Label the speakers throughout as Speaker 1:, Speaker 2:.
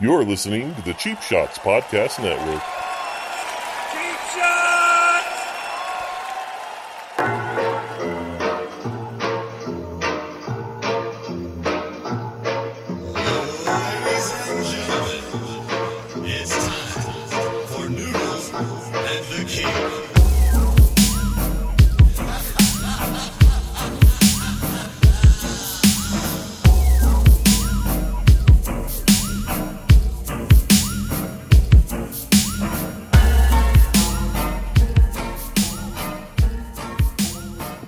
Speaker 1: You're listening to the Cheap Shots Podcast Network.
Speaker 2: Cheap shots!
Speaker 3: Ladies and gentlemen, it's time for Noodles and the King.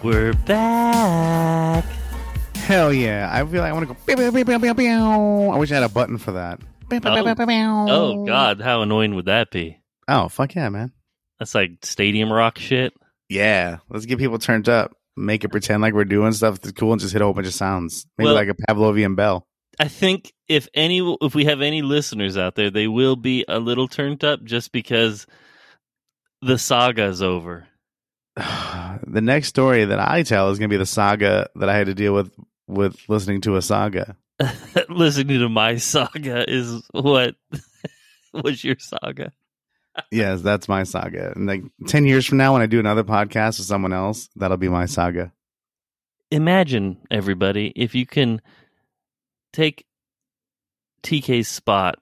Speaker 4: We're back.
Speaker 5: Hell yeah! I feel like I want to go. Pew, pew, pew, pew, pew, pew. I wish I had a button for that. Pew, pew, pew,
Speaker 4: Oh.
Speaker 5: pew, pew.
Speaker 4: Oh God, how annoying would that be?
Speaker 5: Oh fuck yeah, man!
Speaker 4: That's like stadium rock shit.
Speaker 5: Yeah, let's get people turned up. Make it pretend like we're doing stuff that's cool, and just hit a whole bunch of sounds. Maybe
Speaker 4: Well-
Speaker 5: like a Pavlovian bell.
Speaker 4: I think if any, if we have any listeners out there, they will be a little turned up just because the saga's over.
Speaker 5: the next story that I tell is going to be the saga that I had to deal with with listening to a saga.
Speaker 4: Listening to my saga is what was your saga.
Speaker 5: yes, that's my saga. And like ten years from now, when I do another podcast with someone else, that'll be my saga.
Speaker 4: Imagine everybody if you can take TK's spot.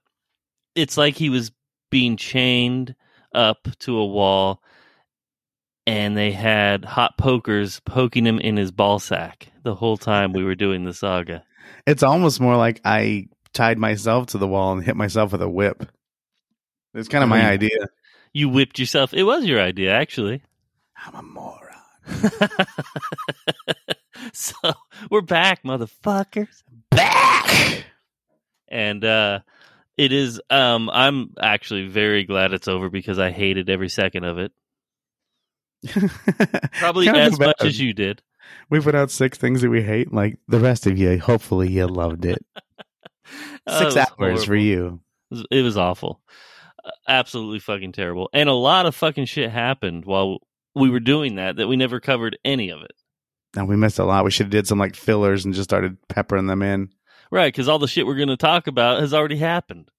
Speaker 4: It's like he was being chained up to a wall and they had hot pokers poking him in his ball sack the whole time we were doing the saga.
Speaker 5: It's almost more like I tied myself to the wall and hit myself with a whip. It's kind of my
Speaker 4: Mm.
Speaker 5: idea.
Speaker 4: You whipped yourself. It was your idea, actually.
Speaker 5: I'm a moron.
Speaker 4: so we're back, motherfuckers.
Speaker 5: Back.
Speaker 4: and uh it is um i'm actually very glad it's over because i hated every second of it probably as much as you did
Speaker 5: We put out six things that we hate. Like the rest of you, hopefully you loved it.
Speaker 4: Oh,
Speaker 5: Six
Speaker 4: it was
Speaker 5: hours
Speaker 4: horrible.
Speaker 5: for you.
Speaker 4: It was- it was awful Uh, absolutely fucking terrible and a lot of fucking shit happened while we were doing that that we never covered any of it
Speaker 5: Now we missed a lot. We should have did some like fillers and just started peppering them in
Speaker 4: right because all the shit we're going to talk about has already happened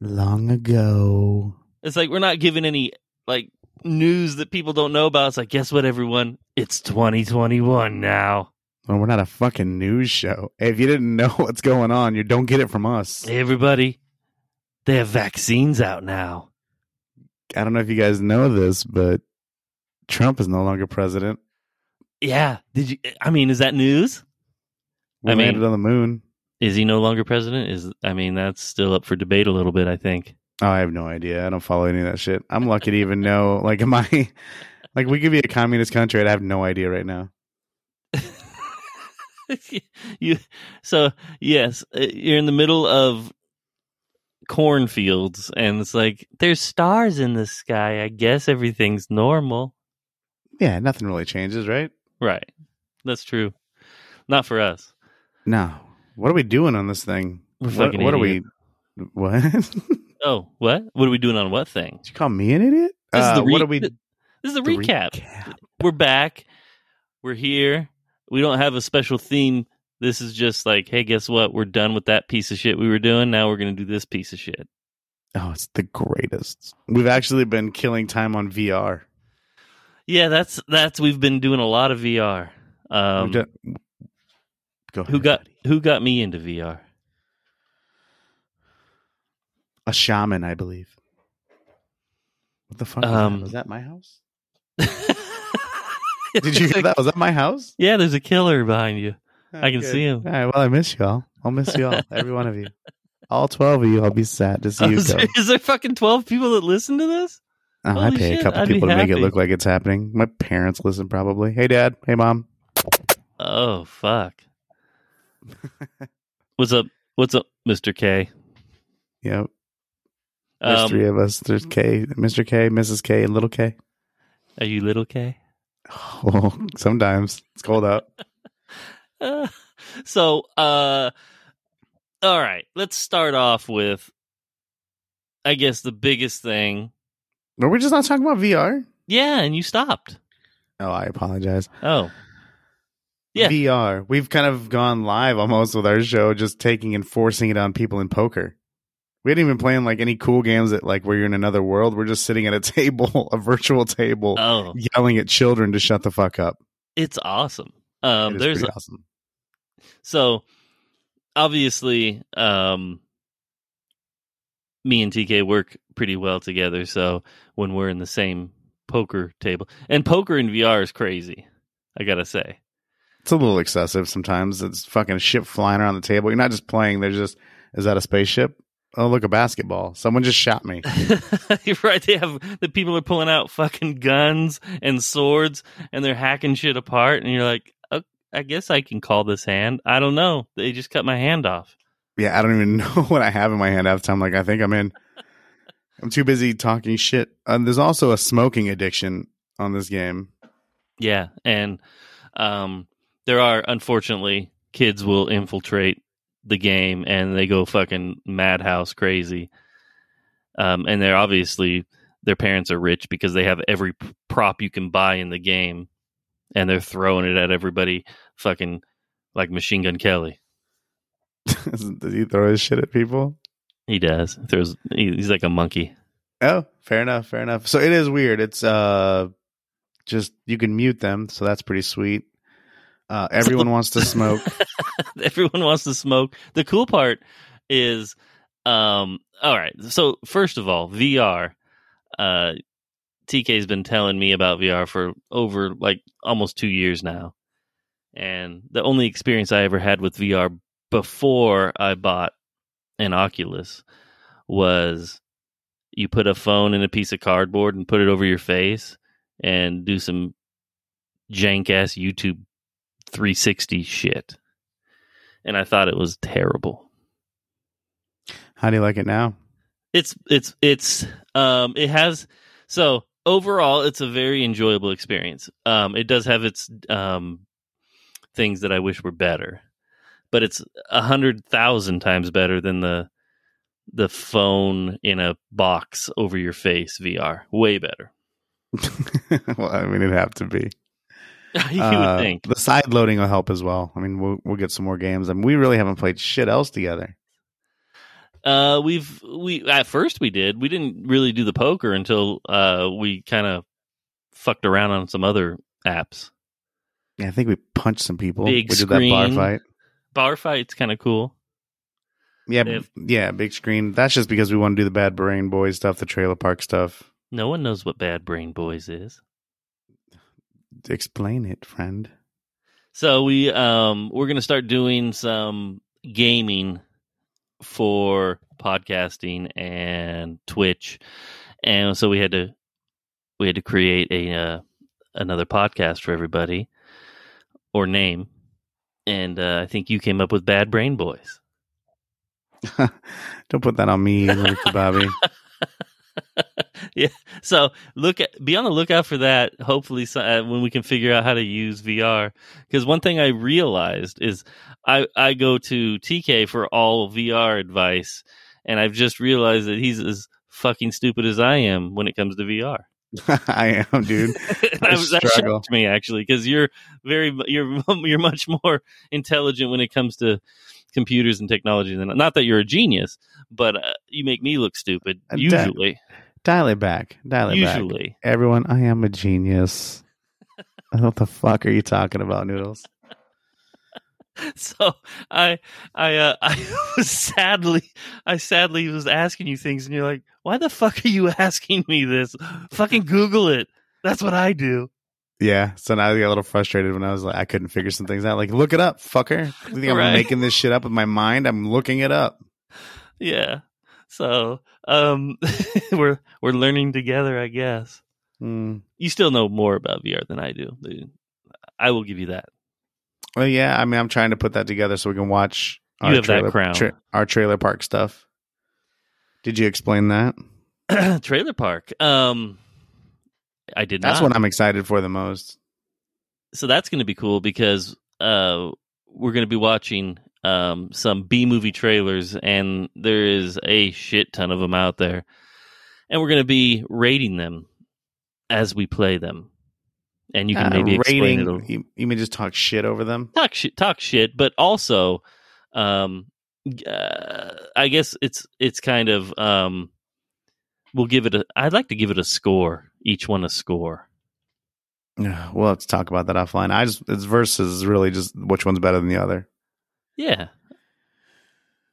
Speaker 5: long ago.
Speaker 4: it's like we're not giving any like news that people don't know about it's like guess what everyone it's 2021 now
Speaker 5: Well, we're not a fucking news show. If you didn't know what's going on, you don't get it from us.
Speaker 4: Hey, everybody, they have vaccines out now.
Speaker 5: I don't know if you guys know this, but Trump is no longer president.
Speaker 4: Yeah. Did you? I mean, is that news?
Speaker 5: We
Speaker 4: I mean-
Speaker 5: landed on the moon.
Speaker 4: Is he no longer president? Is I mean, that's still up for debate a little bit. I think.
Speaker 5: Oh, I have no idea. I don't follow any of that shit. I'm lucky to even know. Like, am I? Like, we could be a communist country. and I have no idea right now.
Speaker 4: you so yes, uh, you're in the middle of cornfields, and it's like there's stars in the sky. I guess everything's normal.
Speaker 5: Yeah, nothing really changes, right?
Speaker 4: Right. That's true. Not for us.
Speaker 5: No. What are we doing on this thing?
Speaker 4: We're
Speaker 5: what
Speaker 4: fucking
Speaker 5: what are we?
Speaker 4: idiots.
Speaker 5: What? Did
Speaker 4: Oh, what? What are we doing on what thing?
Speaker 5: you call me an idiot?
Speaker 4: This is
Speaker 5: Uh,
Speaker 4: the re-
Speaker 5: what are we?
Speaker 4: th- This is the
Speaker 5: the
Speaker 4: recap. we're back. We're here. We don't have a special theme. This is just like, hey, guess what? We're done with that piece of shit we were doing. Now we're going to do this piece of shit.
Speaker 5: Oh, it's the greatest. We've actually been killing time on VR.
Speaker 4: Yeah, that's that's we've been doing a lot of VR.
Speaker 5: We've
Speaker 4: Um,
Speaker 5: done- Go ahead,
Speaker 4: who got
Speaker 5: buddy.
Speaker 4: who got me into VR?
Speaker 5: a shaman? I believe. What the fuck? was that?
Speaker 4: Um,
Speaker 5: was that my house? Did you hear that? Was that my house?
Speaker 4: Yeah, there's a killer behind you. I can
Speaker 5: Okay.
Speaker 4: see him.
Speaker 5: All right. Well, I miss you all. I'll miss you all. Every one of you. All 12 of you. I'll be sad to see you
Speaker 4: is,
Speaker 5: go.
Speaker 4: there, Oh, is there fucking twelve people that listen to this?
Speaker 5: Oh, I
Speaker 4: holy
Speaker 5: pay
Speaker 4: shit,
Speaker 5: a couple
Speaker 4: I'd be
Speaker 5: people to make it
Speaker 4: happy.
Speaker 5: look like it's happening. My parents listen probably. Hey, Dad. Hey, Mom.
Speaker 4: Oh fuck! What's up? What's up, Mister K?
Speaker 5: Yep. There's
Speaker 4: Um,
Speaker 5: three of us. There's K, Mr. K, Mrs. K, and little K.
Speaker 4: are you little K?
Speaker 5: Oh, sometimes it's cold out.
Speaker 4: Uh, so uh all right let's start off with i guess the biggest thing
Speaker 5: Were we just not talking about VR?
Speaker 4: yeah and you stopped
Speaker 5: Oh, I apologize.
Speaker 4: oh Yeah.
Speaker 5: VR. We've kind of gone live almost with our show, just taking and forcing it on people in poker. We hadn't even playing like any cool games that like where you're in another world. We're just sitting at a table, a virtual table,
Speaker 4: Oh,
Speaker 5: yelling at children to shut the fuck up.
Speaker 4: it's awesome.
Speaker 5: It
Speaker 4: Um,
Speaker 5: is
Speaker 4: there's
Speaker 5: pretty awesome.
Speaker 4: so obviously um me and TK work pretty well together so when we're in the same poker table and poker in VR is crazy I got to say
Speaker 5: It's a little excessive sometimes. It's fucking shit flying around the table. You're not just playing. There's just is that a spaceship? Oh look, a basketball. Someone just shot me.
Speaker 4: You're right they have the people are pulling out fucking guns and swords and they're hacking shit apart and you're like "Oh, I guess I can call this hand I don't know they just cut my hand off
Speaker 5: Yeah, I don't even know what I have in my hand half the time. Like I think I'm in. I'm too busy talking shit. Um, there's also a smoking addiction on this game.
Speaker 4: Yeah, and um, there are unfortunately kids will infiltrate the game and they go fucking madhouse crazy. Um, and they're obviously their parents are rich because they have every p- prop you can buy in the game, and they're throwing it at everybody, fucking like Machine Gun Kelly.
Speaker 5: Does he throw his shit at people?
Speaker 4: He does. Throws. he- He's like a monkey.
Speaker 5: Oh, fair enough, fair enough. So it is weird. It's uh just you can mute them, so that's pretty sweet. Uh everyone wants to smoke.
Speaker 4: Everyone wants to smoke. The cool part is, um, all right. So first of all, VR. Uh, TK's been telling me about VR for over like almost two years now, and the only experience I ever had with VR before I bought an Oculus was you put a phone in a piece of cardboard and put it over your face and do some jank ass YouTube 360 shit and I thought it was terrible.
Speaker 5: How do you like it now?
Speaker 4: It's it's it's um it has so overall it's a very enjoyable experience. Um it does have its um things that I wish were better. But it's a hundred thousand times better than the the phone in a box over your face VR. Way better.
Speaker 5: well, I mean it'd have to be.
Speaker 4: you
Speaker 5: Uh,
Speaker 4: would think.
Speaker 5: The side loading will help as well. I mean we'll we'll get some more games. I mean we really haven't played shit else together.
Speaker 4: Uh, we've we at first we did. We didn't really do the poker until uh we kind of fucked around on some other apps.
Speaker 5: Yeah, I think we punched some people.
Speaker 4: Big
Speaker 5: we did that bar
Speaker 4: screen.
Speaker 5: fight.
Speaker 4: Bar fight's kind of cool.
Speaker 5: Yeah,
Speaker 4: They have-
Speaker 5: yeah, big screen. That's just because we want to do the Bad Brain Boys stuff, the trailer park stuff.
Speaker 4: No one knows what Bad Brain Boys is.
Speaker 5: Explain it, friend.
Speaker 4: So we um we're gonna start doing some gaming for podcasting and Twitch, and so we had to we had to create a uh, another podcast for everybody or name, and uh, I think you came up with Bad Brain Boys.
Speaker 5: Don't put that on me, Mr. Bobby.
Speaker 4: yeah. So look at be on the lookout for that. Hopefully, so, uh, when we can figure out how to use VR, because one thing I realized is I I go to TK for all VR advice, and I've just realized that he's as fucking stupid as I am when it comes to VR.
Speaker 5: I am, dude.
Speaker 4: And I was- that
Speaker 5: struggle.
Speaker 4: shocked me actually, because you're very you're you're much more intelligent when it comes to computers and technology than not that you're a genius, but uh, you make me look stupid
Speaker 5: Uh, Dan-
Speaker 4: usually.
Speaker 5: Dial it back. Dial it back.
Speaker 4: Usually.
Speaker 5: Everyone, I am a genius. what the fuck are you talking about, Noodles?
Speaker 4: so I I uh, I was sadly I sadly was asking you things and you're like, why the fuck are you asking me this? Fucking Google it. That's what I do.
Speaker 5: Yeah. So now I got a little frustrated when I was like, I couldn't figure some things out. Like, look it up, fucker. You think I'm
Speaker 4: Right.
Speaker 5: making this shit up with my mind? I'm looking it up.
Speaker 4: Yeah. So um we're we're learning together, I guess.
Speaker 5: Hmm.
Speaker 4: You still know more about VR than I do. I will give you that.
Speaker 5: Well, yeah. I mean, I'm trying to put that together so we can watch
Speaker 4: You have that crown.
Speaker 5: our trailer park stuff. Did you explain that?
Speaker 4: Trailer Park. Um I did
Speaker 5: That's
Speaker 4: not.
Speaker 5: what I'm excited for the most.
Speaker 4: so that's going to be cool because uh, we're going to be watching um, some B movie trailers, and there is a shit ton of them out there, and we're going to be rating them as we play them, and you can
Speaker 5: Uh,
Speaker 4: maybe explain it.
Speaker 5: rating. You, you mean just talk shit over them?
Speaker 4: Talk shit, talk shit, but also um, uh, I guess it's it's kind of um, we'll give it a. I'd like to give it a score. Each one a score.
Speaker 5: Yeah, we'll have to talk about that offline. I just it's versus really just which one's better than the other.
Speaker 4: Yeah,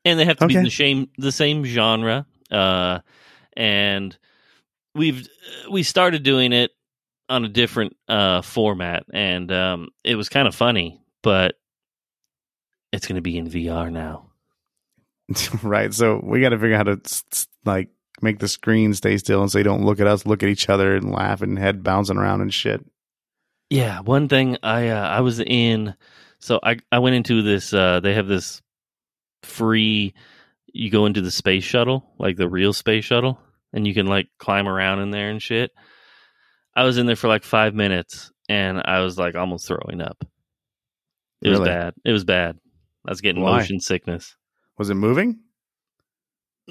Speaker 4: and they have to be in
Speaker 5: Okay.
Speaker 4: the same the same genre. Uh, and we've we started doing it on a different uh format, and um, it was kind of funny, but it's going to be in VR now.
Speaker 5: right. So we got to figure out how to s- s- like make the screen stay still and so you don't look at us, look at each other and laugh and head bouncing around and shit.
Speaker 4: Yeah, one thing I uh, I was in, so I I went into this. Uh, they have this free. You go into the space shuttle, like the real space shuttle, and you can like climb around in there and shit. I was in there for like five minutes, and I was like almost throwing up. It was
Speaker 5: Really?
Speaker 4: bad. It was bad. I was getting
Speaker 5: Why?
Speaker 4: motion sickness.
Speaker 5: Was it moving?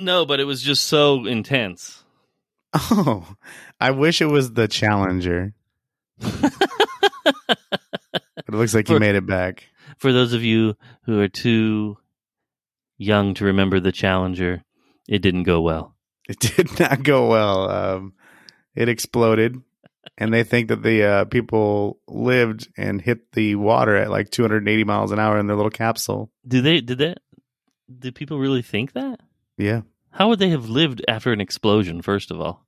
Speaker 4: No, but it was just so intense.
Speaker 5: Oh, I wish it was the Challenger, but it looks like you
Speaker 4: For-
Speaker 5: made it back.
Speaker 4: for those of you who are too young to remember the Challenger, it didn't go well.
Speaker 5: It did not go well. Um, it exploded, and they think that the uh, people lived and hit the water at like 280 miles an hour in their little capsule.
Speaker 4: Do they? Did that? Did people really think that?
Speaker 5: Yeah,
Speaker 4: How would they have lived after an explosion? First of all,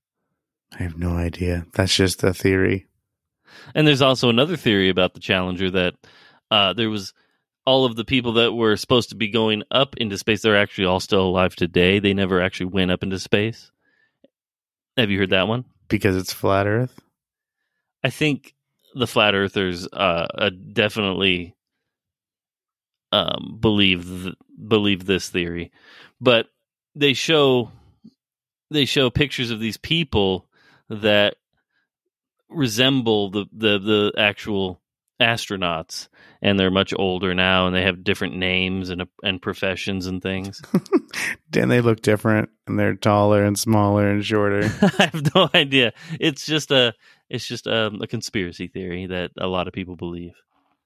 Speaker 5: I have no idea. That's just a theory.
Speaker 4: and there's also another theory about the Challenger that uh, there was all of the people that were supposed to be going up into space. They're actually all still alive today. They never actually went up into space. Have you heard that one?
Speaker 5: Because it's flat Earth.
Speaker 4: I think the flat earthers uh, uh, definitely um, believe th- believe this theory, but they show they show pictures of these people that resemble the the, the actual astronauts and they're much older now and they have different names and and professions and things.
Speaker 5: and they look different, and they're taller and smaller and shorter.
Speaker 4: I have no idea. It's just a it's just um, a conspiracy theory that a lot of people believe.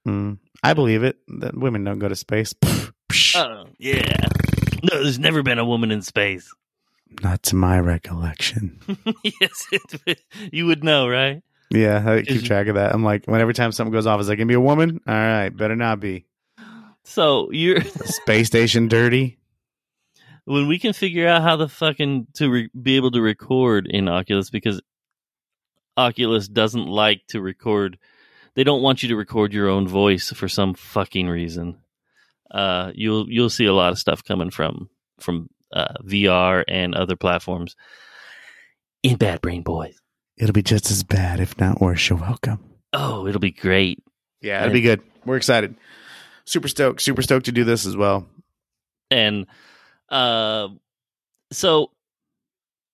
Speaker 5: Mm. I believe it. That women don't go to space.
Speaker 4: Oh, yeah. No, there's never been a woman in space.
Speaker 5: Not to my recollection.
Speaker 4: yes, it, you would know, right?
Speaker 5: Yeah, I
Speaker 4: Is-
Speaker 5: keep track of that. I'm like, when every time something goes off, is that gonna be a woman? All right, better not be.
Speaker 4: So you're
Speaker 5: Space station dirty.
Speaker 4: when we can figure out how the fucking to re- be able to record in Oculus because Oculus doesn't like to record. They don't want you to record your own voice for some fucking reason. Uh, you'll you'll see a lot of stuff coming from from uh, VR and other platforms in Bad Brain Boys.
Speaker 5: It'll be just as bad, if not worse. You're welcome.
Speaker 4: Oh, it'll be great.
Speaker 5: Yeah, it'll be good. We're excited. Super stoked. Super stoked to do this as well.
Speaker 4: and uh, so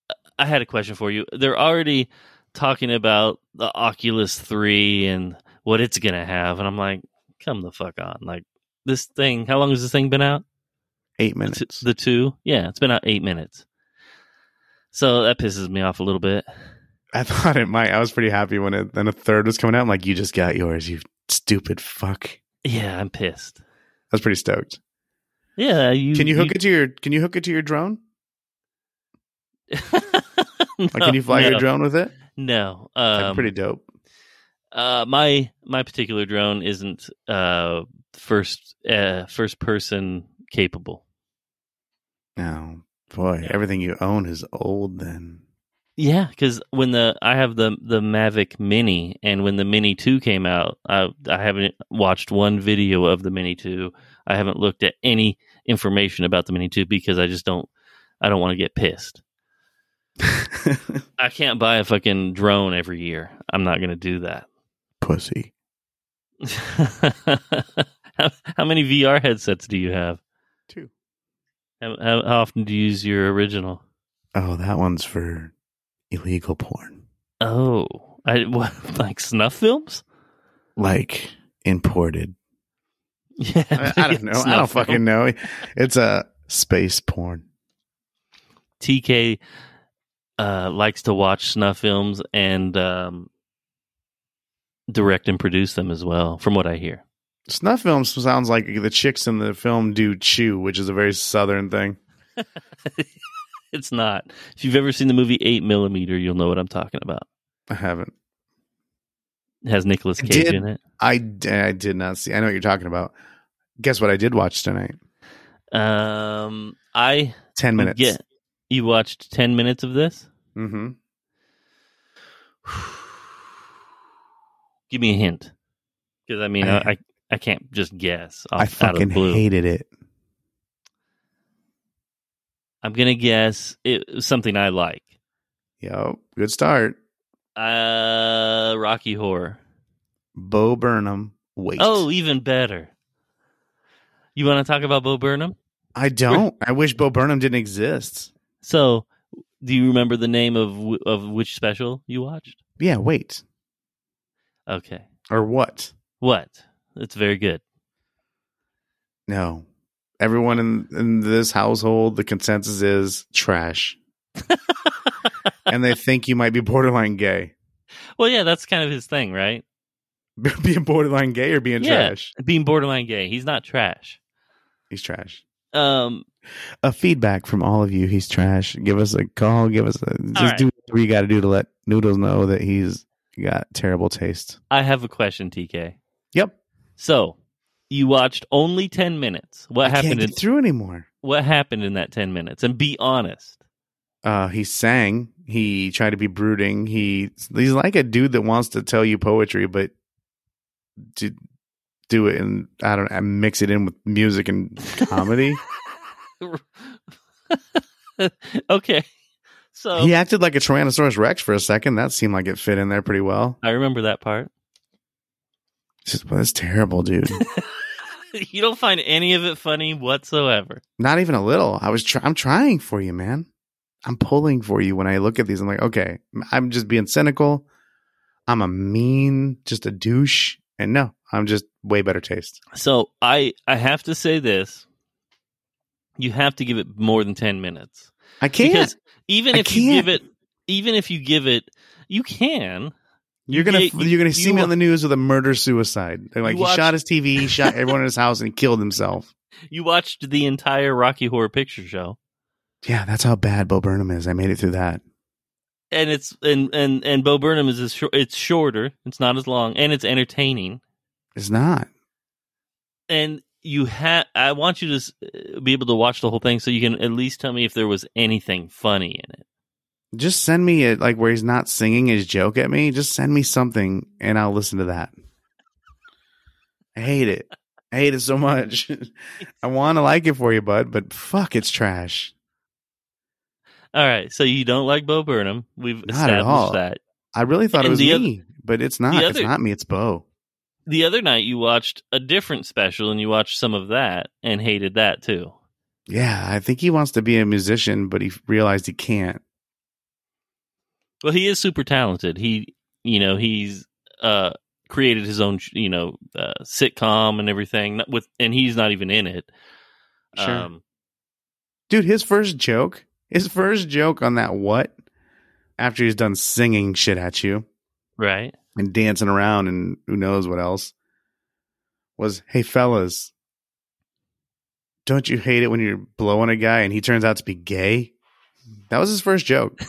Speaker 4: uh, I had a question for you. They're already talking about the Oculus Three and what it's gonna have, and I'm like, come the fuck on! Like this thing, how long has this thing been out?
Speaker 5: Eight
Speaker 4: The
Speaker 5: minutes.
Speaker 4: t- the two, yeah, it's been out eight minutes. So that pisses me off a little bit.
Speaker 5: I thought it might. I was pretty happy when it then a third was coming out. I'm like, you just got yours, you stupid fuck. I
Speaker 4: Yeah, I'm pissed.
Speaker 5: was pretty stoked.
Speaker 4: Yeah, you
Speaker 5: Can you hook it to your can you hook it to your drone?
Speaker 4: it?
Speaker 5: Like can you fly
Speaker 4: no,
Speaker 5: your drone with it?
Speaker 4: No,
Speaker 5: That'd be
Speaker 4: Oh, um,
Speaker 5: pretty dope.
Speaker 4: Uh, my my particular drone isn't uh first uh first person capable.
Speaker 5: Oh boy. Everything you own is old then.
Speaker 4: Yeah, because when the I have the the Mavic Mini, and when the Mini Two came out, I I haven't watched one video of the Mini Two. I haven't looked at any information about the Mini Two because I just don't I don't want to get pissed. I can't buy a fucking drone every year. I'm not gonna do that.
Speaker 5: Pussy.
Speaker 4: how, how many VR headsets do you have?
Speaker 5: Two.
Speaker 4: How, how, how often do you use your original?
Speaker 5: Oh, that one's for illegal porn.
Speaker 4: Oh, I what, like snuff films?
Speaker 5: Like imported.
Speaker 4: Yeah,
Speaker 5: I, I don't know. I don't
Speaker 4: snuff film.
Speaker 5: fucking know. It's a space porn.
Speaker 4: TK uh, likes to watch snuff films and um, direct and produce them as well, from what I hear.
Speaker 5: Snuff films sounds like the chicks in the film do chew, which is a very southern thing.
Speaker 4: It's not. If you've ever seen the movie Eight Millimeter, you'll know what I'm talking about.
Speaker 5: I haven't.
Speaker 4: It has Nicolas
Speaker 5: I
Speaker 4: Cage
Speaker 5: did.
Speaker 4: in it.
Speaker 5: I, d- I did not see. I know what you're talking about. Guess what I did watch tonight?
Speaker 4: Um, I
Speaker 5: 10 minutes.
Speaker 4: Yeah, you watched ten minutes of this.
Speaker 5: Mm-hmm.
Speaker 4: Give me a hint, because I mean, I, I I can't just guess. Off,
Speaker 5: I
Speaker 4: out of
Speaker 5: fucking
Speaker 4: the blue.
Speaker 5: hated it.
Speaker 4: I'm gonna guess it was something I like.
Speaker 5: Yo, good start.
Speaker 4: Uh, Rocky Horror.
Speaker 5: Bo Burnham. Wait.
Speaker 4: Oh, even better. You want to talk about Bo Burnham?
Speaker 5: I don't. I wish Bo Burnham didn't exist.
Speaker 4: So, do you remember the name of wh- of which special you watched?
Speaker 5: Yeah, wait.
Speaker 4: Okay,
Speaker 5: Or what?
Speaker 4: what? That's very good.
Speaker 5: No. Everyone in, in this household, the consensus is trash. and they think you might be borderline gay.
Speaker 4: Well, yeah, that's kind of his thing, right?
Speaker 5: being borderline gay or being
Speaker 4: Yeah.
Speaker 5: trash?
Speaker 4: Being borderline gay, he's not trash.
Speaker 5: He's trash.
Speaker 4: Um,
Speaker 5: A feedback from all of you. He's trash. Give us a call. Give us a. Just
Speaker 4: right.
Speaker 5: do whatever you got to do to let Noodles know that he's got terrible taste.
Speaker 4: I have a question, TK.
Speaker 5: Yep.
Speaker 4: So, you watched only ten minutes. What
Speaker 5: I can't
Speaker 4: happened? In,
Speaker 5: get through anymore.
Speaker 4: what happened in that ten minutes? And be honest.
Speaker 5: Uh, he sang. He tried to be brooding. He he's like a dude that wants to tell you poetry, but to do it and I don't I mix it in with music and comedy.
Speaker 4: okay, so
Speaker 5: He acted like a Tyrannosaurus Rex for a second. That seemed like it fit in there pretty well.
Speaker 4: I remember that part.
Speaker 5: Just, well, that's terrible, dude.
Speaker 4: you don't find any of it funny whatsoever.
Speaker 5: Not even a little. I was. Try- I'm trying for you, man. I'm pulling for you. When I look at these, I'm like, okay, I'm just being cynical. I'm a mean, just a douche. And no, I'm just way better taste.
Speaker 4: So I I have to say this. You have to give it more than ten minutes
Speaker 5: I can't.
Speaker 4: because even
Speaker 5: I
Speaker 4: if you give it,
Speaker 5: can't.
Speaker 4: even if you give it, you can.
Speaker 5: You're gonna
Speaker 4: Yeah,
Speaker 5: you're gonna
Speaker 4: you-
Speaker 5: see me on the news with a murder suicide. They're like
Speaker 4: You
Speaker 5: he
Speaker 4: watch-
Speaker 5: shot his TV, he shot everyone in his house, and he killed himself.
Speaker 4: You watched the entire Rocky Horror Picture Show,
Speaker 5: Yeah, that's how bad Bo Burnham is. I made it through that.
Speaker 4: and it's and and and Bo Burnham is as short, it's shorter, it's not as long, and it's entertaining.
Speaker 5: It's not.
Speaker 4: And you have I want you to s- uh, be able to watch the whole thing so you can at least tell me if there was anything funny in it.
Speaker 5: Just send me a, like where he's not singing his joke at me. Just send me something, and I'll listen to that. I hate it. I hate it so much. I want to like it for you, bud, but fuck, it's trash.
Speaker 4: All right, so you don't like Bo Burnham. We've
Speaker 5: at
Speaker 4: established
Speaker 5: all.
Speaker 4: that.
Speaker 5: I really thought
Speaker 4: And
Speaker 5: it was
Speaker 4: the
Speaker 5: me, but it's not.
Speaker 4: the
Speaker 5: it's
Speaker 4: other-
Speaker 5: not me. It's Bo.
Speaker 4: The other night you watched a different special and you watched some of that and hated that too.
Speaker 5: Yeah, I think he wants to be a musician, but he realized he can't.
Speaker 4: Well, he is super talented. He, you know, he's uh created his own, you know, uh, sitcom and everything not with and he's not even in it. Um,
Speaker 5: Sure. Dude, his first joke, his first joke on that what after he's done singing shit at you
Speaker 4: right?
Speaker 5: and dancing around and who knows what else was, "Hey fellas, don't you hate it when you're blowing a guy and he turns out to be gay?" That was his first joke.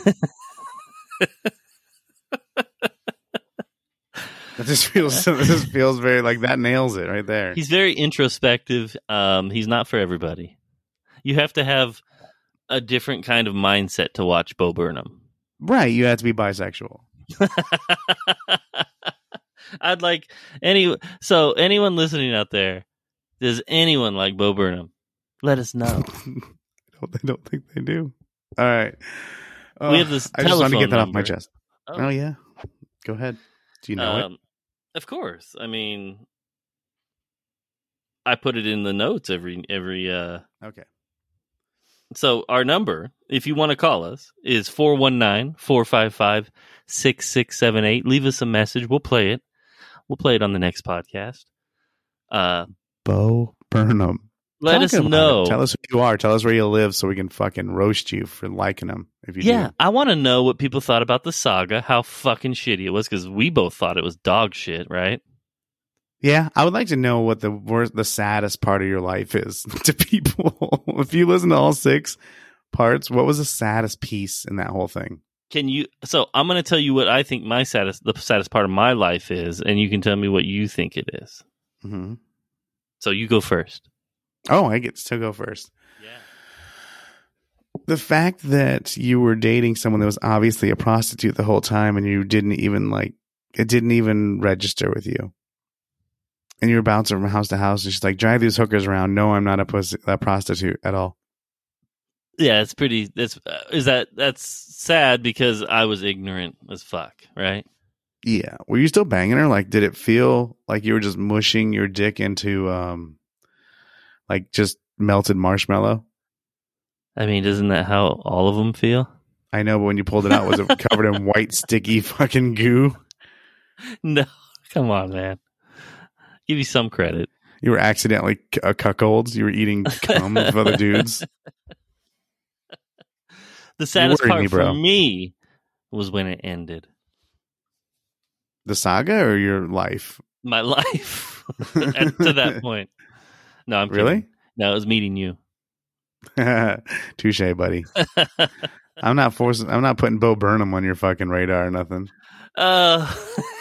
Speaker 5: That just feels this feels very like that nails it right there.
Speaker 4: He's very introspective. Um he's not for everybody. You have to have a different kind of mindset to watch Bo Burnham.
Speaker 5: right, you have to be bisexual.
Speaker 4: I'd like any so anyone listening out there, does anyone like Bo Burnham? Let us know.
Speaker 5: I don't, I don't think they do. All right.
Speaker 4: We have this
Speaker 5: Uh, I just wanted to
Speaker 4: telephone
Speaker 5: get that off my
Speaker 4: number.
Speaker 5: chest.
Speaker 4: Oh.
Speaker 5: Oh, yeah. Go ahead. Do you know it?
Speaker 4: Um, Of course. I mean, I put it in the notes every every. uh
Speaker 5: Okay.
Speaker 4: So our number, if you want to call us, is 419-455-6678. Leave us a message. We'll play it. We'll play it on the next podcast. Uh,
Speaker 5: Bo Burnham.
Speaker 4: let
Speaker 5: Talk
Speaker 4: us
Speaker 5: about
Speaker 4: know.
Speaker 5: it. Tell us who you are. Tell us where you live so we can fucking roast you for liking them. If you
Speaker 4: yeah,
Speaker 5: do.
Speaker 4: I want to know what people thought about the saga, how fucking shitty it was, because we both thought it was dog shit, right?
Speaker 5: Yeah, I would like to know what the worst, the saddest part of your life is to people. if you listen to all six parts, what was the saddest piece in that whole thing?
Speaker 4: Can you? So I'm going to tell you what I think my saddest, the saddest part of my life is, and you can tell me what you think it is.
Speaker 5: hmm
Speaker 4: So you go first.
Speaker 5: Oh, I get to go first.
Speaker 4: Yeah.
Speaker 5: The fact that you were dating someone that was obviously a prostitute the whole time, and you didn't even like it, didn't even register with you. And you were bouncing from house to house, and she's like, "Drive these hookers around." No, I'm not a, pussy, a prostitute at all.
Speaker 4: Yeah, it's pretty. That's uh, is that that's sad because I was ignorant as fuck, right?
Speaker 5: Yeah. Were you still banging her? Like, did it feel like you were just mushing your dick into, um, like just melted marshmallow?
Speaker 4: I mean, isn't that how all of them feel?
Speaker 5: I know, but when you pulled it out, was it covered in white, sticky fucking goo?
Speaker 4: No, come on, man. Give you some credit.
Speaker 5: You were accidentally c- a cuckold. You were eating cum of other dudes.
Speaker 4: The saddest
Speaker 5: worried
Speaker 4: part
Speaker 5: me,
Speaker 4: for
Speaker 5: bro.
Speaker 4: me was when it ended.
Speaker 5: The saga or your life?
Speaker 4: My life at, to that point. No, I'm kidding.
Speaker 5: Really?
Speaker 4: No, it was meeting you.
Speaker 5: Touche, buddy. I'm not forcing. I'm not putting Bo Burnham on your fucking radar or nothing.
Speaker 4: uh,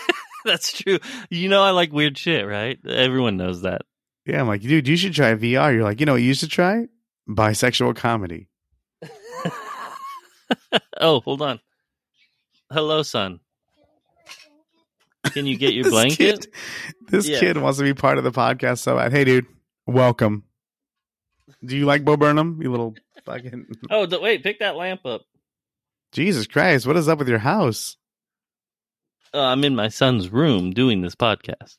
Speaker 4: that's true. You know, I like weird shit, right? Everyone knows that.
Speaker 5: Yeah, I'm like, dude, you should try VR. You're like, you know, what you used to try bisexual comedy.
Speaker 4: oh, hold on. Hello, son. Can you get your
Speaker 5: This
Speaker 4: blanket?
Speaker 5: Kid, this
Speaker 4: Yeah.
Speaker 5: kid wants to be part of the podcast so bad. Hey, dude, welcome. Do you like Bo Burnham? You little fucking
Speaker 4: Oh, th- wait, pick that lamp up.
Speaker 5: Jesus Christ! What is up with your house?
Speaker 4: Uh, I'm in my son's room doing this podcast.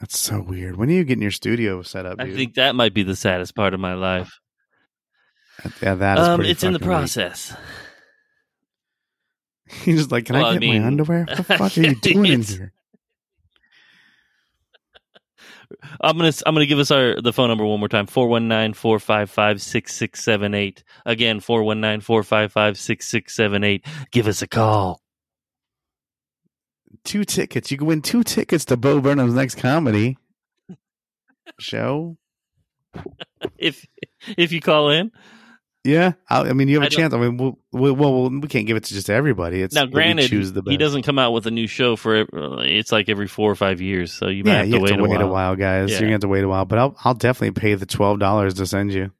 Speaker 5: That's so weird. When are you getting your studio set up?
Speaker 4: I
Speaker 5: Dude?
Speaker 4: think that might be the saddest part of my life.
Speaker 5: yeah, that is
Speaker 4: Um,
Speaker 5: pretty
Speaker 4: it's in the
Speaker 5: fucking weird.
Speaker 4: process.
Speaker 5: He's just like, can
Speaker 4: Well, I
Speaker 5: I get
Speaker 4: mean-
Speaker 5: my underwear? What the fuck are you doing in
Speaker 4: It's-
Speaker 5: here?
Speaker 4: I'm gonna I'm gonna give us our the phone number one more time 419-455-6678. Again, 419-455-6678. Give us a call.
Speaker 5: Two tickets. You can win two tickets to Bo Burnham's next comedy show.
Speaker 4: If if you call in.
Speaker 5: Yeah, I, I mean, you have
Speaker 4: I
Speaker 5: a
Speaker 4: don't-
Speaker 5: chance. I mean, we'll, we'll, well, we can't give it to just everybody. It's
Speaker 4: Now
Speaker 5: we
Speaker 4: granted,
Speaker 5: choose the
Speaker 4: he
Speaker 5: best.
Speaker 4: doesn't come out with a new show for uh, it's like every 4 or 5 years, so you might
Speaker 5: yeah,
Speaker 4: have,
Speaker 5: you
Speaker 4: to,
Speaker 5: have
Speaker 4: wait
Speaker 5: to wait a while, guys.
Speaker 4: Yeah.
Speaker 5: You're gonna have to wait a while, but I'll I'll definitely pay the twelve dollars to send you.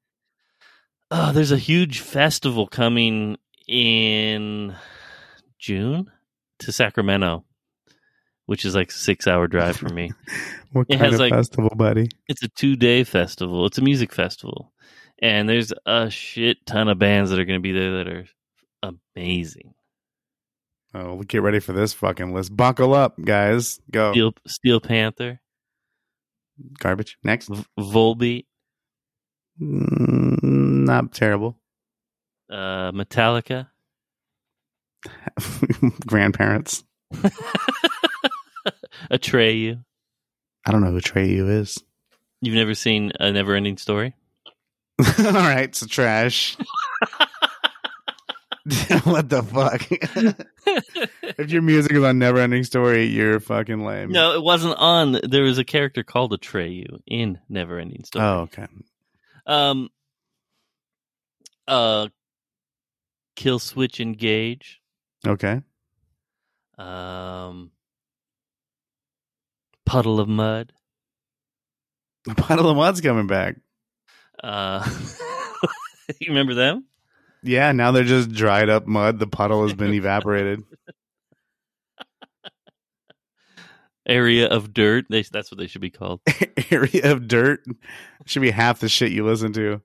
Speaker 4: Oh, there's a huge festival coming in June to Sacramento, which is like 6-hour drive for me.
Speaker 5: What
Speaker 4: It
Speaker 5: kind
Speaker 4: has,
Speaker 5: of
Speaker 4: like-
Speaker 5: festival, buddy?
Speaker 4: it's a two day festival. It's a music festival, and there's a shit ton of bands that are going to be there that are amazing.
Speaker 5: Oh, get ready for this fucking list. Buckle up, guys. Go
Speaker 4: Steel, Steel Panther,
Speaker 5: garbage next.
Speaker 4: v- Volbeat,
Speaker 5: Mm, not terrible.
Speaker 4: uh, Metallica.
Speaker 5: Grandparents.
Speaker 4: Atreyu.
Speaker 5: I don't know who Trey you is.
Speaker 4: You've never seen a Never Ending Story?
Speaker 5: All right, so trash. what the fuck? if your music is on Never Ending Story, you're fucking lame.
Speaker 4: no, it wasn't on. There was a character called Atreyu in Never Ending Story.
Speaker 5: Oh, okay.
Speaker 4: Um. Uh. Kill Switch Engage.
Speaker 5: Okay.
Speaker 4: Um. Puddle of Mud.
Speaker 5: The Puddle of Mud's coming back.
Speaker 4: Uh, you remember them?
Speaker 5: Yeah, now they're just dried up mud. The puddle has been evaporated.
Speaker 4: Area of Dirt. They, that's what they should be called.
Speaker 5: Area of dirt should be half the shit you listen to.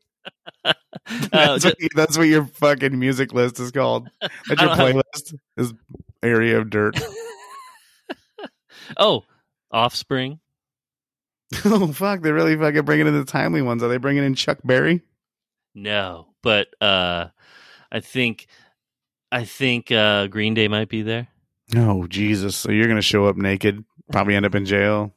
Speaker 4: Uh,
Speaker 5: That's, what, that's what your fucking music list is called. That's
Speaker 4: I
Speaker 5: your
Speaker 4: don't have-
Speaker 5: playlist is Area of Dirt.
Speaker 4: oh, Offspring.
Speaker 5: oh fuck, they're really fucking bringing in the timely ones. Are they bringing in Chuck Berry?
Speaker 4: No, but uh, I think I think uh, Green Day might be there.
Speaker 5: No, Oh, Jesus. So you're gonna show up naked, probably end up in jail.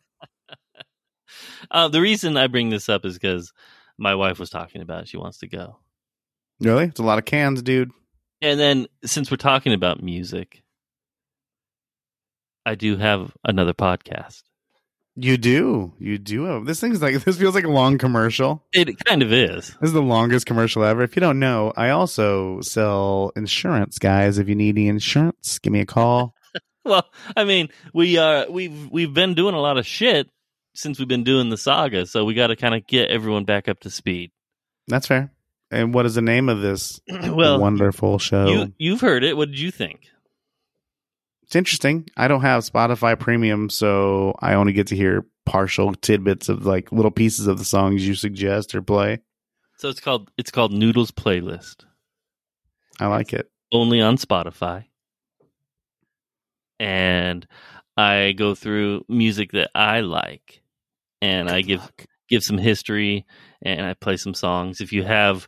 Speaker 4: Uh, the reason I bring this up is because my wife was talking about it. she wants to go,
Speaker 5: Really? It's a lot of cans, dude.
Speaker 4: and then since we're talking about music, I do have another podcast.
Speaker 5: You do. You do. Have, this thing's like this feels like a long commercial.
Speaker 4: It kind of is.
Speaker 5: This is the longest commercial ever. If you don't know, I also sell insurance, guys. If you need any insurance, give me a call.
Speaker 4: Well, I mean, we are we've we've been doing a lot of shit since we've been doing the saga, so we got to kind of get everyone back up to speed.
Speaker 5: That's fair. And what is the name of this
Speaker 4: well,
Speaker 5: wonderful show?
Speaker 4: you you've heard it. What did you think?
Speaker 5: it's interesting. I don't have Spotify Premium, so I only get to hear partial tidbits of like little pieces of the songs you suggest or play.
Speaker 4: So it's called it's called Noodles Playlist,
Speaker 5: I like it.
Speaker 4: only on Spotify. And I go through music that I like, and I give give some history and I play some songs. If you have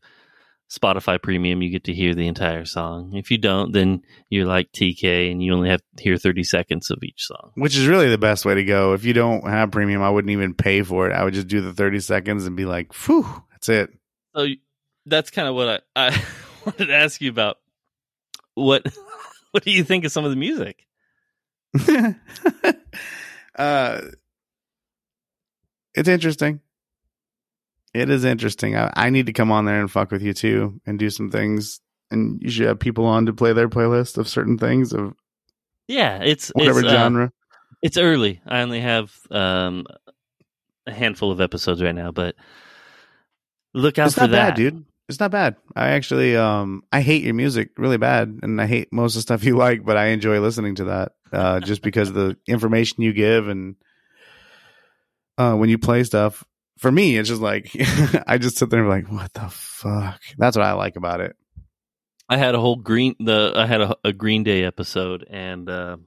Speaker 4: Spotify Premium, you get to hear the entire song. If you don't, then you're like TK and you only have to hear 30 seconds of each song.
Speaker 5: Which is really the best way to go. If you don't have premium, I wouldn't even pay for it. I would just do the 30 seconds and be like, phew, that's it.
Speaker 4: So you- that's kind of what I, I wanted to ask you about. What what do you think of some of the music?
Speaker 5: uh, it's interesting. It is interesting. I, I need to come on there and fuck with you too and do some things. And you should have people on to play their playlist of certain things of
Speaker 4: Yeah, it's
Speaker 5: whatever
Speaker 4: it's, uh,
Speaker 5: genre.
Speaker 4: it's early. I only have um, a handful of episodes right now, but look out
Speaker 5: it's
Speaker 4: for
Speaker 5: not
Speaker 4: that,
Speaker 5: bad, dude. It's not bad. I actually, um, I hate your music really bad, and I hate most of the stuff you like, but I enjoy listening to that uh, just because of the information you give and uh, when you play stuff. For me, it's just like I just sit there and be like, "What the fuck?" That's what I like about it.
Speaker 4: I had a whole green the I had a, a Green Day episode, and uh,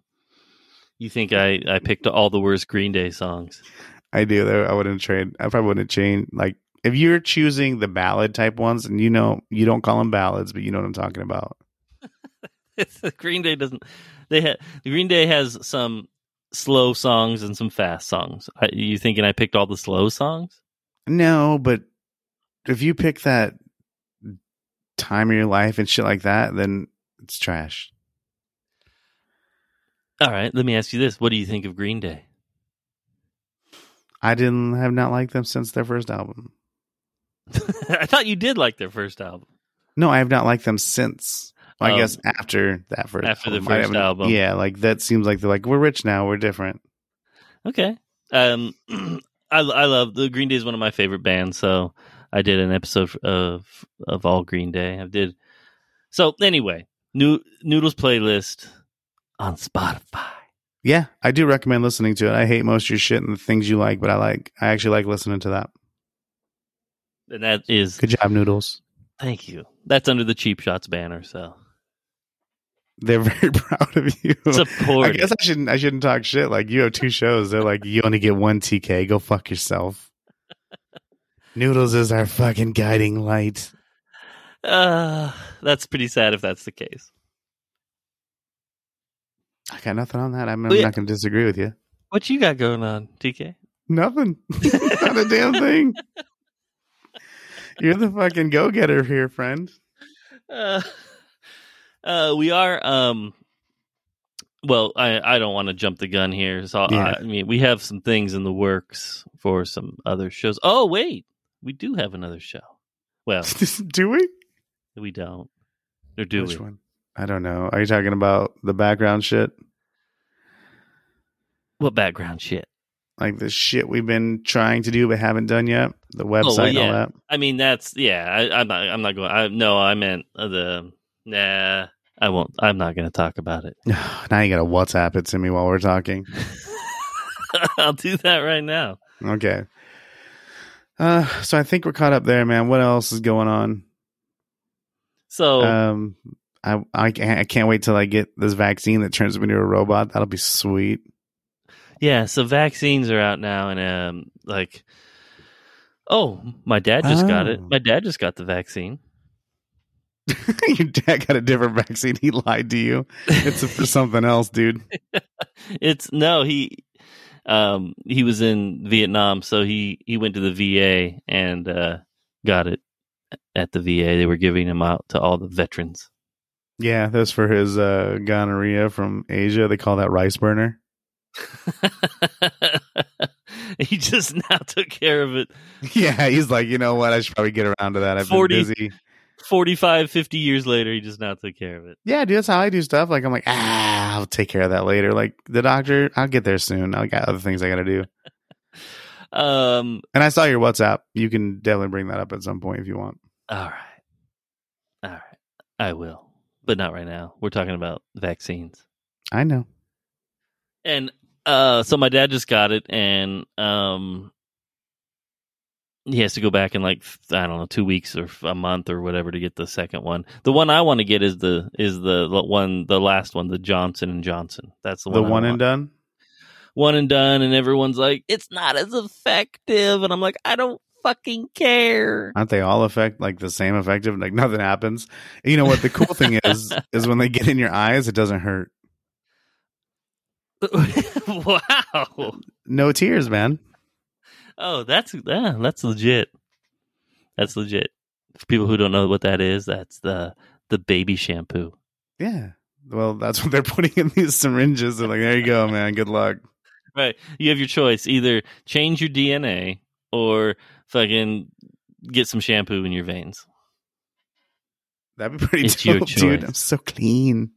Speaker 4: you think I I picked all the worst Green Day songs?
Speaker 5: I do though. I wouldn't trade. I probably wouldn't change. Like if you're choosing the ballad type ones, and you know you don't call them ballads, but you know what I'm talking about.
Speaker 4: Green Day doesn't. They ha- Green Day has some slow songs and some fast songs. I, you thinking I picked all the slow songs?
Speaker 5: No, but if you pick that time of your life and shit like that, then it's trash.
Speaker 4: All right, let me ask you this: What do you think of Green Day?
Speaker 5: I didn't have not liked them since their first album.
Speaker 4: I thought you did like their first album.
Speaker 5: No, I have not liked them since. Well, I
Speaker 4: Oh.
Speaker 5: guess after that first
Speaker 4: After the
Speaker 5: I
Speaker 4: first
Speaker 5: haven't-
Speaker 4: album.
Speaker 5: Yeah, like that seems like they're like, we're rich now, we're different.
Speaker 4: Okay. Um, I I love the Green Day is one of my favorite bands, so I did an episode of of all Green Day. I did. So anyway, new Noodles playlist on Spotify.
Speaker 5: Yeah, I do recommend listening to it. I hate most of your shit and the things you like, but I like I actually like listening to that.
Speaker 4: And that is
Speaker 5: Good job, Noodles.
Speaker 4: thank you. That's under the Cheap Shots banner, so
Speaker 5: They're very proud of you.
Speaker 4: support.
Speaker 5: I guess I shouldn't. I shouldn't talk shit. Like you have two shows. They're like you only get one TK. Go fuck yourself. Noodles is our fucking guiding light.
Speaker 4: it. Uh, that's pretty sad if that's the case.
Speaker 5: I got nothing on that. I'm, I'm
Speaker 4: Well, yeah.
Speaker 5: not going to disagree with you.
Speaker 4: What you got going on, TK?
Speaker 5: Nothing. not a damn thing. You're the fucking go getter here, friend.
Speaker 4: uh, uh, we are um well i i don't want to jump the gun here so
Speaker 5: Yeah.
Speaker 4: I, I mean we have some things in the works for some other shows oh wait we do have another show well
Speaker 5: do we?
Speaker 4: we don't or do
Speaker 5: Which
Speaker 4: we
Speaker 5: one? I don't know. Are you talking about the background shit?
Speaker 4: what background shit
Speaker 5: Like the shit we've been trying to do but haven't done yet? The website and all
Speaker 4: Oh, yeah.
Speaker 5: that?
Speaker 4: i mean that's yeah I, i'm not i'm not going i no i meant the nah i won't i'm not going to talk about it
Speaker 5: now you got to WhatsApp it to me while we're talking.
Speaker 4: i'll do that right now
Speaker 5: Okay. Uh, so I think we're caught up there, man. What else is going on?
Speaker 4: so
Speaker 5: Um, I I can't, I can't wait till I get this vaccine that turns me into a robot. That'll be sweet.
Speaker 4: Yeah, so vaccines are out now, and um, like, oh, my dad just got it.
Speaker 5: Oh.
Speaker 4: My dad just got the vaccine.
Speaker 5: Your dad got a different vaccine. He lied to you. It's for something else, dude.
Speaker 4: It's no, he, um, he was in Vietnam, so he he went to the VA and uh, got it at the VA. They were giving him out to all the veterans.
Speaker 5: Yeah, that's for his uh, gonorrhea from Asia. They call that rice burner.
Speaker 4: He just now took care of it
Speaker 5: Yeah, he's like, you know what? I should probably get around to that. I've
Speaker 4: 40.
Speaker 5: been busy.
Speaker 4: 45, 50 years later. He just now took care of it.
Speaker 5: Yeah, dude, that's how I do stuff. Like, I'm like, ah, I'll take care of that later. Like, the doctor, I'll get there soon. I got other things I got to do.
Speaker 4: Um,
Speaker 5: And I saw your WhatsApp. You can definitely bring that up at some point if you want.
Speaker 4: all right. All right. I will, but not right now. We're talking about vaccines.
Speaker 5: I know.
Speaker 4: And uh, so my dad just got it, and um, he has to go back in like I don't know two weeks or a month or whatever to get the second one. The one I want to get is the is the one the last one, the Johnson and Johnson. That's the one.
Speaker 5: the
Speaker 4: I
Speaker 5: one and
Speaker 4: want.
Speaker 5: done?
Speaker 4: One and done, and everyone's like, it's not as effective, and I'm like, I don't fucking care.
Speaker 5: Aren't they all effect like the same effective? Like, nothing happens. And you know what? The cool thing is, is when they get in your eyes, it doesn't hurt.
Speaker 4: wow.
Speaker 5: No tears, man.
Speaker 4: Oh, that's yeah, that's legit. That's legit. For people who don't know what that is, that's the the baby shampoo.
Speaker 5: Yeah. Well, that's what they're putting in these syringes. They're like, there you go, man. Good luck.
Speaker 4: Right. You have your choice. Either change your DNA or fucking get some shampoo in your veins.
Speaker 5: That'd be pretty
Speaker 4: It's
Speaker 5: dope,
Speaker 4: your
Speaker 5: dude.
Speaker 4: choice.
Speaker 5: I'm so clean.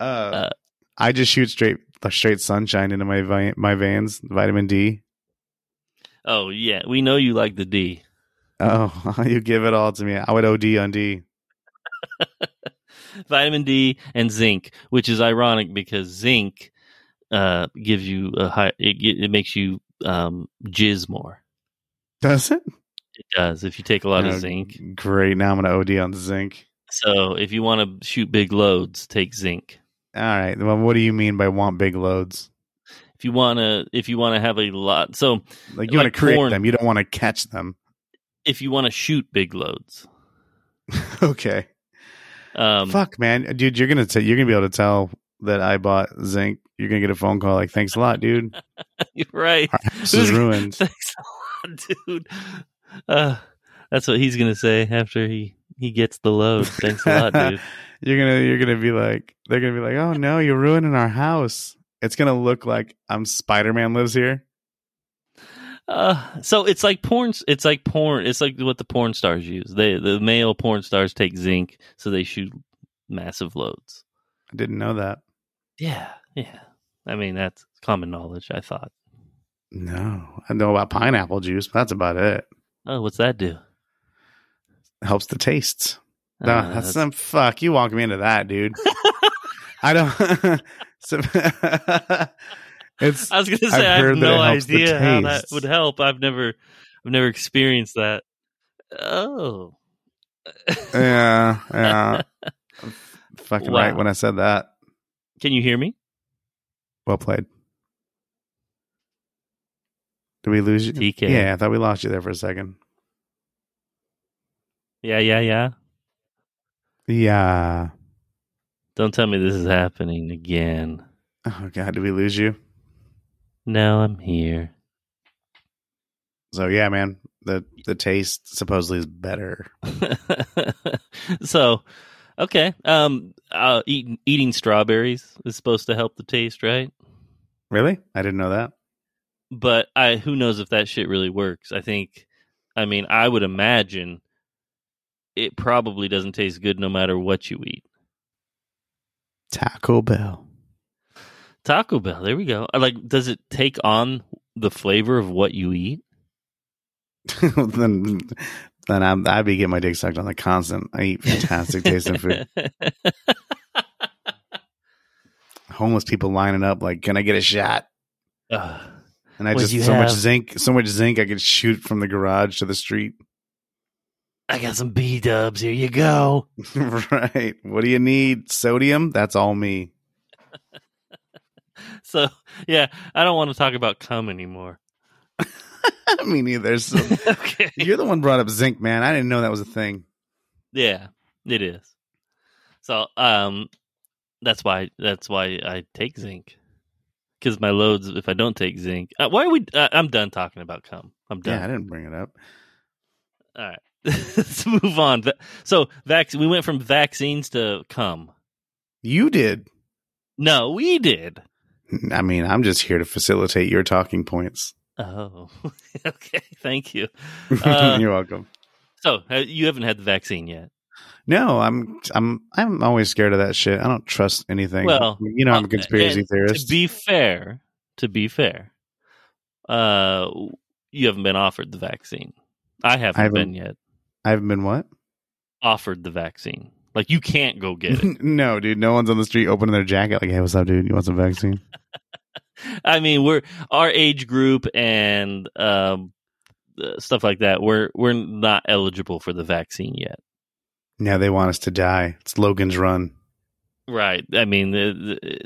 Speaker 5: Uh,
Speaker 4: Uh,
Speaker 5: I just shoot straight straight sunshine into my vi- my veins, vitamin D.
Speaker 4: Oh yeah. We know you like the D.
Speaker 5: Oh, you give it all to me. I would OD on D.
Speaker 4: Vitamin D and zinc, which is ironic because zinc uh gives you a high it, gi- it makes you um jizz more.
Speaker 5: Does it?
Speaker 4: It does if you take a lot
Speaker 5: No,
Speaker 4: of zinc.
Speaker 5: Great. Now I'm gonna OD on zinc.
Speaker 4: So if you want to shoot big loads, take zinc.
Speaker 5: All right. Well, what do you mean by want big loads?
Speaker 4: if you want to if you want to have a lot so
Speaker 5: Like you
Speaker 4: Like
Speaker 5: want to create
Speaker 4: porn.
Speaker 5: them. You don't want to catch them.
Speaker 4: if you want to shoot big loads
Speaker 5: okay.
Speaker 4: um
Speaker 5: Fuck, man, dude, you're gonna t- you're gonna be able to tell that I bought zinc. You're gonna get a phone call like, "Thanks a lot, dude.
Speaker 4: you're right
Speaker 5: Our house is ruined."
Speaker 4: thanks a lot dude uh that's what he's gonna say after he he gets the load thanks a lot dude
Speaker 5: you're gonna you're gonna be like they're gonna be like oh no you're ruining our house it's gonna look like i'm spider-man lives here
Speaker 4: uh so it's like porn it's like porn it's like what the porn stars use they the male porn stars take zinc so they shoot massive loads
Speaker 5: i didn't know that
Speaker 4: yeah yeah i mean that's common knowledge i thought
Speaker 5: no i know about pineapple juice but that's about it
Speaker 4: oh what's that do
Speaker 5: helps the tastes no
Speaker 4: Uh,
Speaker 5: that's, some fuck you walk me into that dude i don't so, it's
Speaker 4: I was gonna say I have
Speaker 5: heard that
Speaker 4: no
Speaker 5: it helps the
Speaker 4: idea how that
Speaker 5: taste.
Speaker 4: would help. I've never, I've never experienced that. Oh,
Speaker 5: yeah yeah fucking right
Speaker 4: Wow.
Speaker 5: when i said that
Speaker 4: can you hear me?
Speaker 5: well played did we lose you
Speaker 4: TK.
Speaker 5: yeah i thought we lost you there for a second
Speaker 4: yeah, yeah, yeah.
Speaker 5: yeah
Speaker 4: Don't tell me this is happening again.
Speaker 5: Oh God, did we lose you?
Speaker 4: No, I'm here.
Speaker 5: So yeah, man, the the taste supposedly is better.
Speaker 4: so, okay. Um, uh, eating eating strawberries is supposed to help the taste, right?
Speaker 5: Really? I didn't know that.
Speaker 4: But I, who knows if that shit really works? I think, I mean, I would imagine it probably doesn't taste good no matter what you eat.
Speaker 5: Taco Bell.
Speaker 4: Taco Bell. There we go. I Like, does it take on the flavor of what you eat?
Speaker 5: then then I'm, I'd be getting my dick sucked on the constant. I eat fantastic tasting food. Homeless people lining up like, can I get a shot?
Speaker 4: Ugh.
Speaker 5: And I
Speaker 4: What'd
Speaker 5: just
Speaker 4: you
Speaker 5: so much
Speaker 4: have?
Speaker 5: zinc, so much zinc I could shoot from the garage to the street.
Speaker 4: I got some B dubs. Here you go.
Speaker 5: right. What do you need? Sodium? That's all me.
Speaker 4: So yeah, I don't want to talk about cum anymore.
Speaker 5: me neither. So
Speaker 4: okay.
Speaker 5: you're the one brought up zinc, man. I didn't know that was a thing.
Speaker 4: Yeah, it is. So um, that's why that's why I take zinc because my loads. If I don't take zinc, uh, why are we? Uh, I'm done talking about cum. I'm done.
Speaker 5: Yeah, I didn't bring it up.
Speaker 4: All right. Let's move on. Va- So, vac- we went from vaccines to cum.
Speaker 5: You did.
Speaker 4: No, we did.
Speaker 5: I mean, I'm just here to facilitate your talking points.
Speaker 4: Oh, okay. Thank you. Uh,
Speaker 5: You're welcome.
Speaker 4: so uh, you haven't had the vaccine yet.
Speaker 5: No, I'm I'm I'm always scared of that shit. I don't trust anything.
Speaker 4: Well,
Speaker 5: you know I'm
Speaker 4: uh,
Speaker 5: a conspiracy
Speaker 4: and
Speaker 5: theorist.
Speaker 4: To be fair, to be fair, uh, you haven't been offered the vaccine. I haven't,
Speaker 5: I haven't-
Speaker 4: been yet
Speaker 5: I haven't been what?
Speaker 4: offered the vaccine. Like you can't go get it.
Speaker 5: no, dude. No one's on the street opening their jacket like, "Hey, what's up, dude? You want some vaccine?"
Speaker 4: I mean, we're our age group and um, uh, stuff like that. We're we're not eligible for the vaccine yet.
Speaker 5: No, they want us to die. It's Logan's Run.
Speaker 4: Right. I mean, the, the,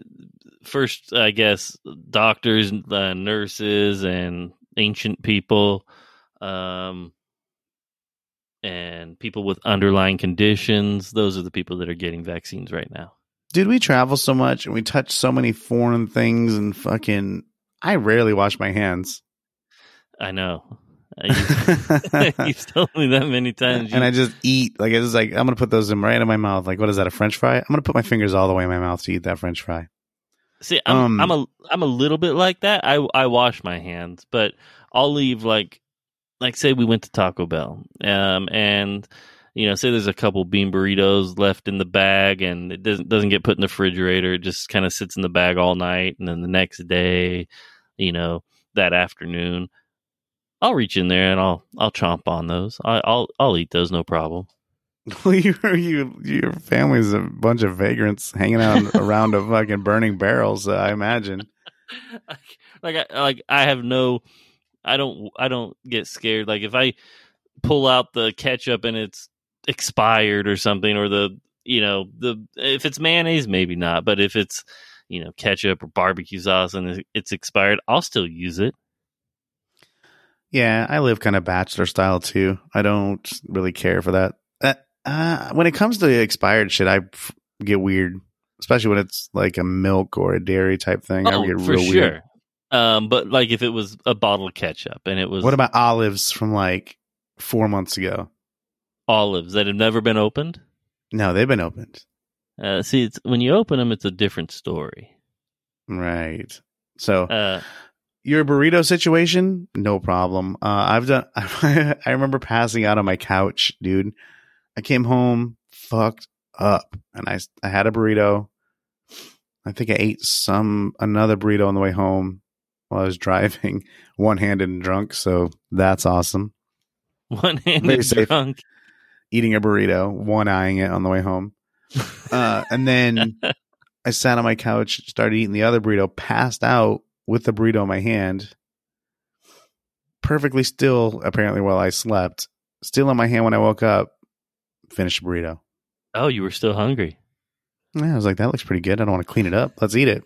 Speaker 4: first, I guess, doctors, uh, nurses, and ancient people, um, and people with underlying conditions. Those are the people that are getting vaccines right now.
Speaker 5: Dude, we travel so much and we touch so many foreign things and fucking. I rarely wash my hands,
Speaker 4: I know. Uh, You've,
Speaker 5: and
Speaker 4: you've told me that many times. You-
Speaker 5: I just eat like it's like I'm gonna put those in right in my mouth. Like, what is that? A French fry? I'm gonna put my fingers all the way in my mouth to eat that French fry.
Speaker 4: See, I'm,
Speaker 5: um,
Speaker 4: I'm a I'm a little bit like that. I I wash my hands, but I'll leave like like say we went to Taco Bell, um, and you know, say there's a couple bean burritos left in the bag, and it doesn't doesn't get put in the refrigerator. It just kind of sits in the bag all night, and then the next day, you know, that afternoon, I'll reach in there and I'll I'll chomp on those. I, I'll I'll eat those, no problem.
Speaker 5: Well, you, you, your family's a bunch of vagrants hanging out around a fucking burning barrel. So I imagine.
Speaker 4: like, like I like I have no I don't I don't get scared. Like if I pull out the ketchup and it's expired or something or the you know the if it's mayonnaise maybe not, but if it's you know ketchup or barbecue sauce and it- it's expired, I'll still use it.
Speaker 5: Yeah, I live kind of bachelor style too. I don't really care for that. Uh, uh, when it comes to expired shit, I f- get weird, especially when it's like a milk or a dairy type thing.
Speaker 4: Oh,
Speaker 5: I get real weird.
Speaker 4: Um but like if it was a bottle of ketchup and it was
Speaker 5: What about olives from like four months ago?
Speaker 4: olives that have never been opened?
Speaker 5: No, they've been opened.
Speaker 4: Uh, see, it's, when you open them, it's a different story.
Speaker 5: Right. So
Speaker 4: Uh,
Speaker 5: your burrito situation, no problem. Uh, I've done. I remember passing out on my couch, dude. I came home fucked up, and I I had a burrito. I think I ate some another burrito on the way home while I was driving, one handed and drunk. So that's awesome.
Speaker 4: one
Speaker 5: Very
Speaker 4: handed
Speaker 5: safe.
Speaker 4: drunk.
Speaker 5: Eating a burrito, one eyeing it on the way home, uh, and then I sat on my couch, started eating the other burrito, passed out with the burrito in my hand, perfectly still apparently while I slept, still in my hand when I woke up, finished the burrito.
Speaker 4: Oh, you were still hungry.
Speaker 5: Yeah, I was like, that looks pretty good. I don't want to clean it up. Let's eat it.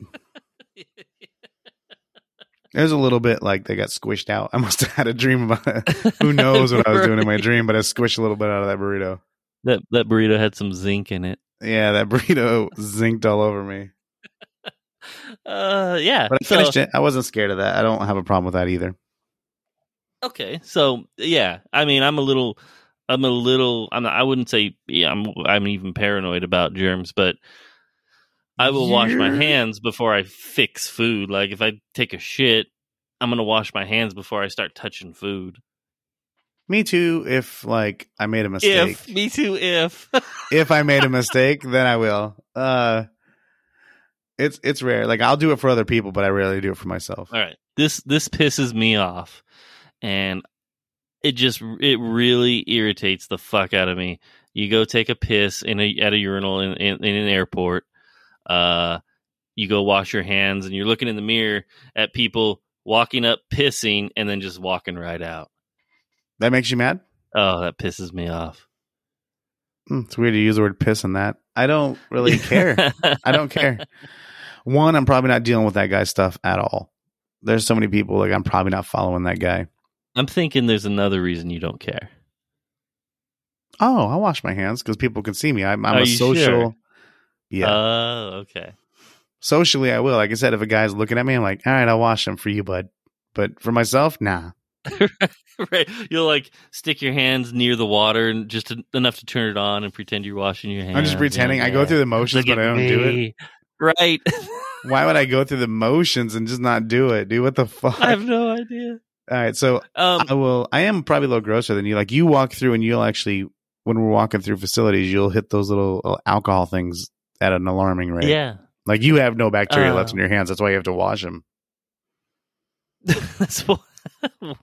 Speaker 5: It was a little bit like they got squished out. I must have had a dream about it. Who knows what I was doing in my dream, but I squished a little bit out of that burrito.
Speaker 4: That that burrito had some zinc in it.
Speaker 5: Yeah, that burrito zinked all over me.
Speaker 4: Uh, yeah.
Speaker 5: But I finished it. I wasn't scared of that. I don't have a problem with that either.
Speaker 4: Okay, so yeah, I mean, I'm a little, I'm a little, I'm, not- I wouldn't say yeah, I'm, I'm even paranoid about germs, but I will wash my
Speaker 5: Yeah.
Speaker 4: hands before I fix food. Like if I take a shit, I'm gonna wash my hands before I start touching food.
Speaker 5: Me too. If like I made a mistake,
Speaker 4: If me too, if
Speaker 5: if I made a mistake, then I will. Uh, it's it's rare. Like I'll do it for other people, but I rarely do it for myself.
Speaker 4: All right. This this pisses me off and it just it really irritates the fuck out of me. You go take a piss in a at a urinal in, in, in an airport. Uh you go wash your hands and you're looking in the mirror at people walking up pissing and then just walking right out.
Speaker 5: That makes you mad.
Speaker 4: Oh, that pisses me off.
Speaker 5: Hmm, It's weird to use the word piss in that. I don't really care. I don't care. One, I'm probably not dealing with that guy's stuff at all. There's so many people like I'm probably not following that guy.
Speaker 4: I'm thinking there's another reason you don't care.
Speaker 5: Oh, I wash my hands because people can see me. I'm, I'm
Speaker 4: Are
Speaker 5: a
Speaker 4: Oh, you
Speaker 5: social.
Speaker 4: sure?
Speaker 5: Yeah,
Speaker 4: Oh, okay.
Speaker 5: socially I will. Like I said, if a guy's looking at me, I'm like, all right, I'll wash him for you, bud. But for myself, nah.
Speaker 4: right. You'll like stick your hands near the water and just en- enough to turn it on and pretend you're washing your hands.
Speaker 5: I'm just pretending. I go through the motions, but I don't do it.
Speaker 4: Right.
Speaker 5: Why would I go through the motions and just not do it, dude? What the fuck?
Speaker 4: I have no idea.
Speaker 5: All right, so
Speaker 4: Um,
Speaker 5: I will. I am probably a little grosser than you. Like you walk through, and you'll actually, when we're walking through facilities, you'll hit those little uh, alcohol things at an alarming rate.
Speaker 4: yeah,
Speaker 5: Like you have no bacteria
Speaker 4: Uh.
Speaker 5: left in your hands. That's why you have to wash them.
Speaker 4: that's why.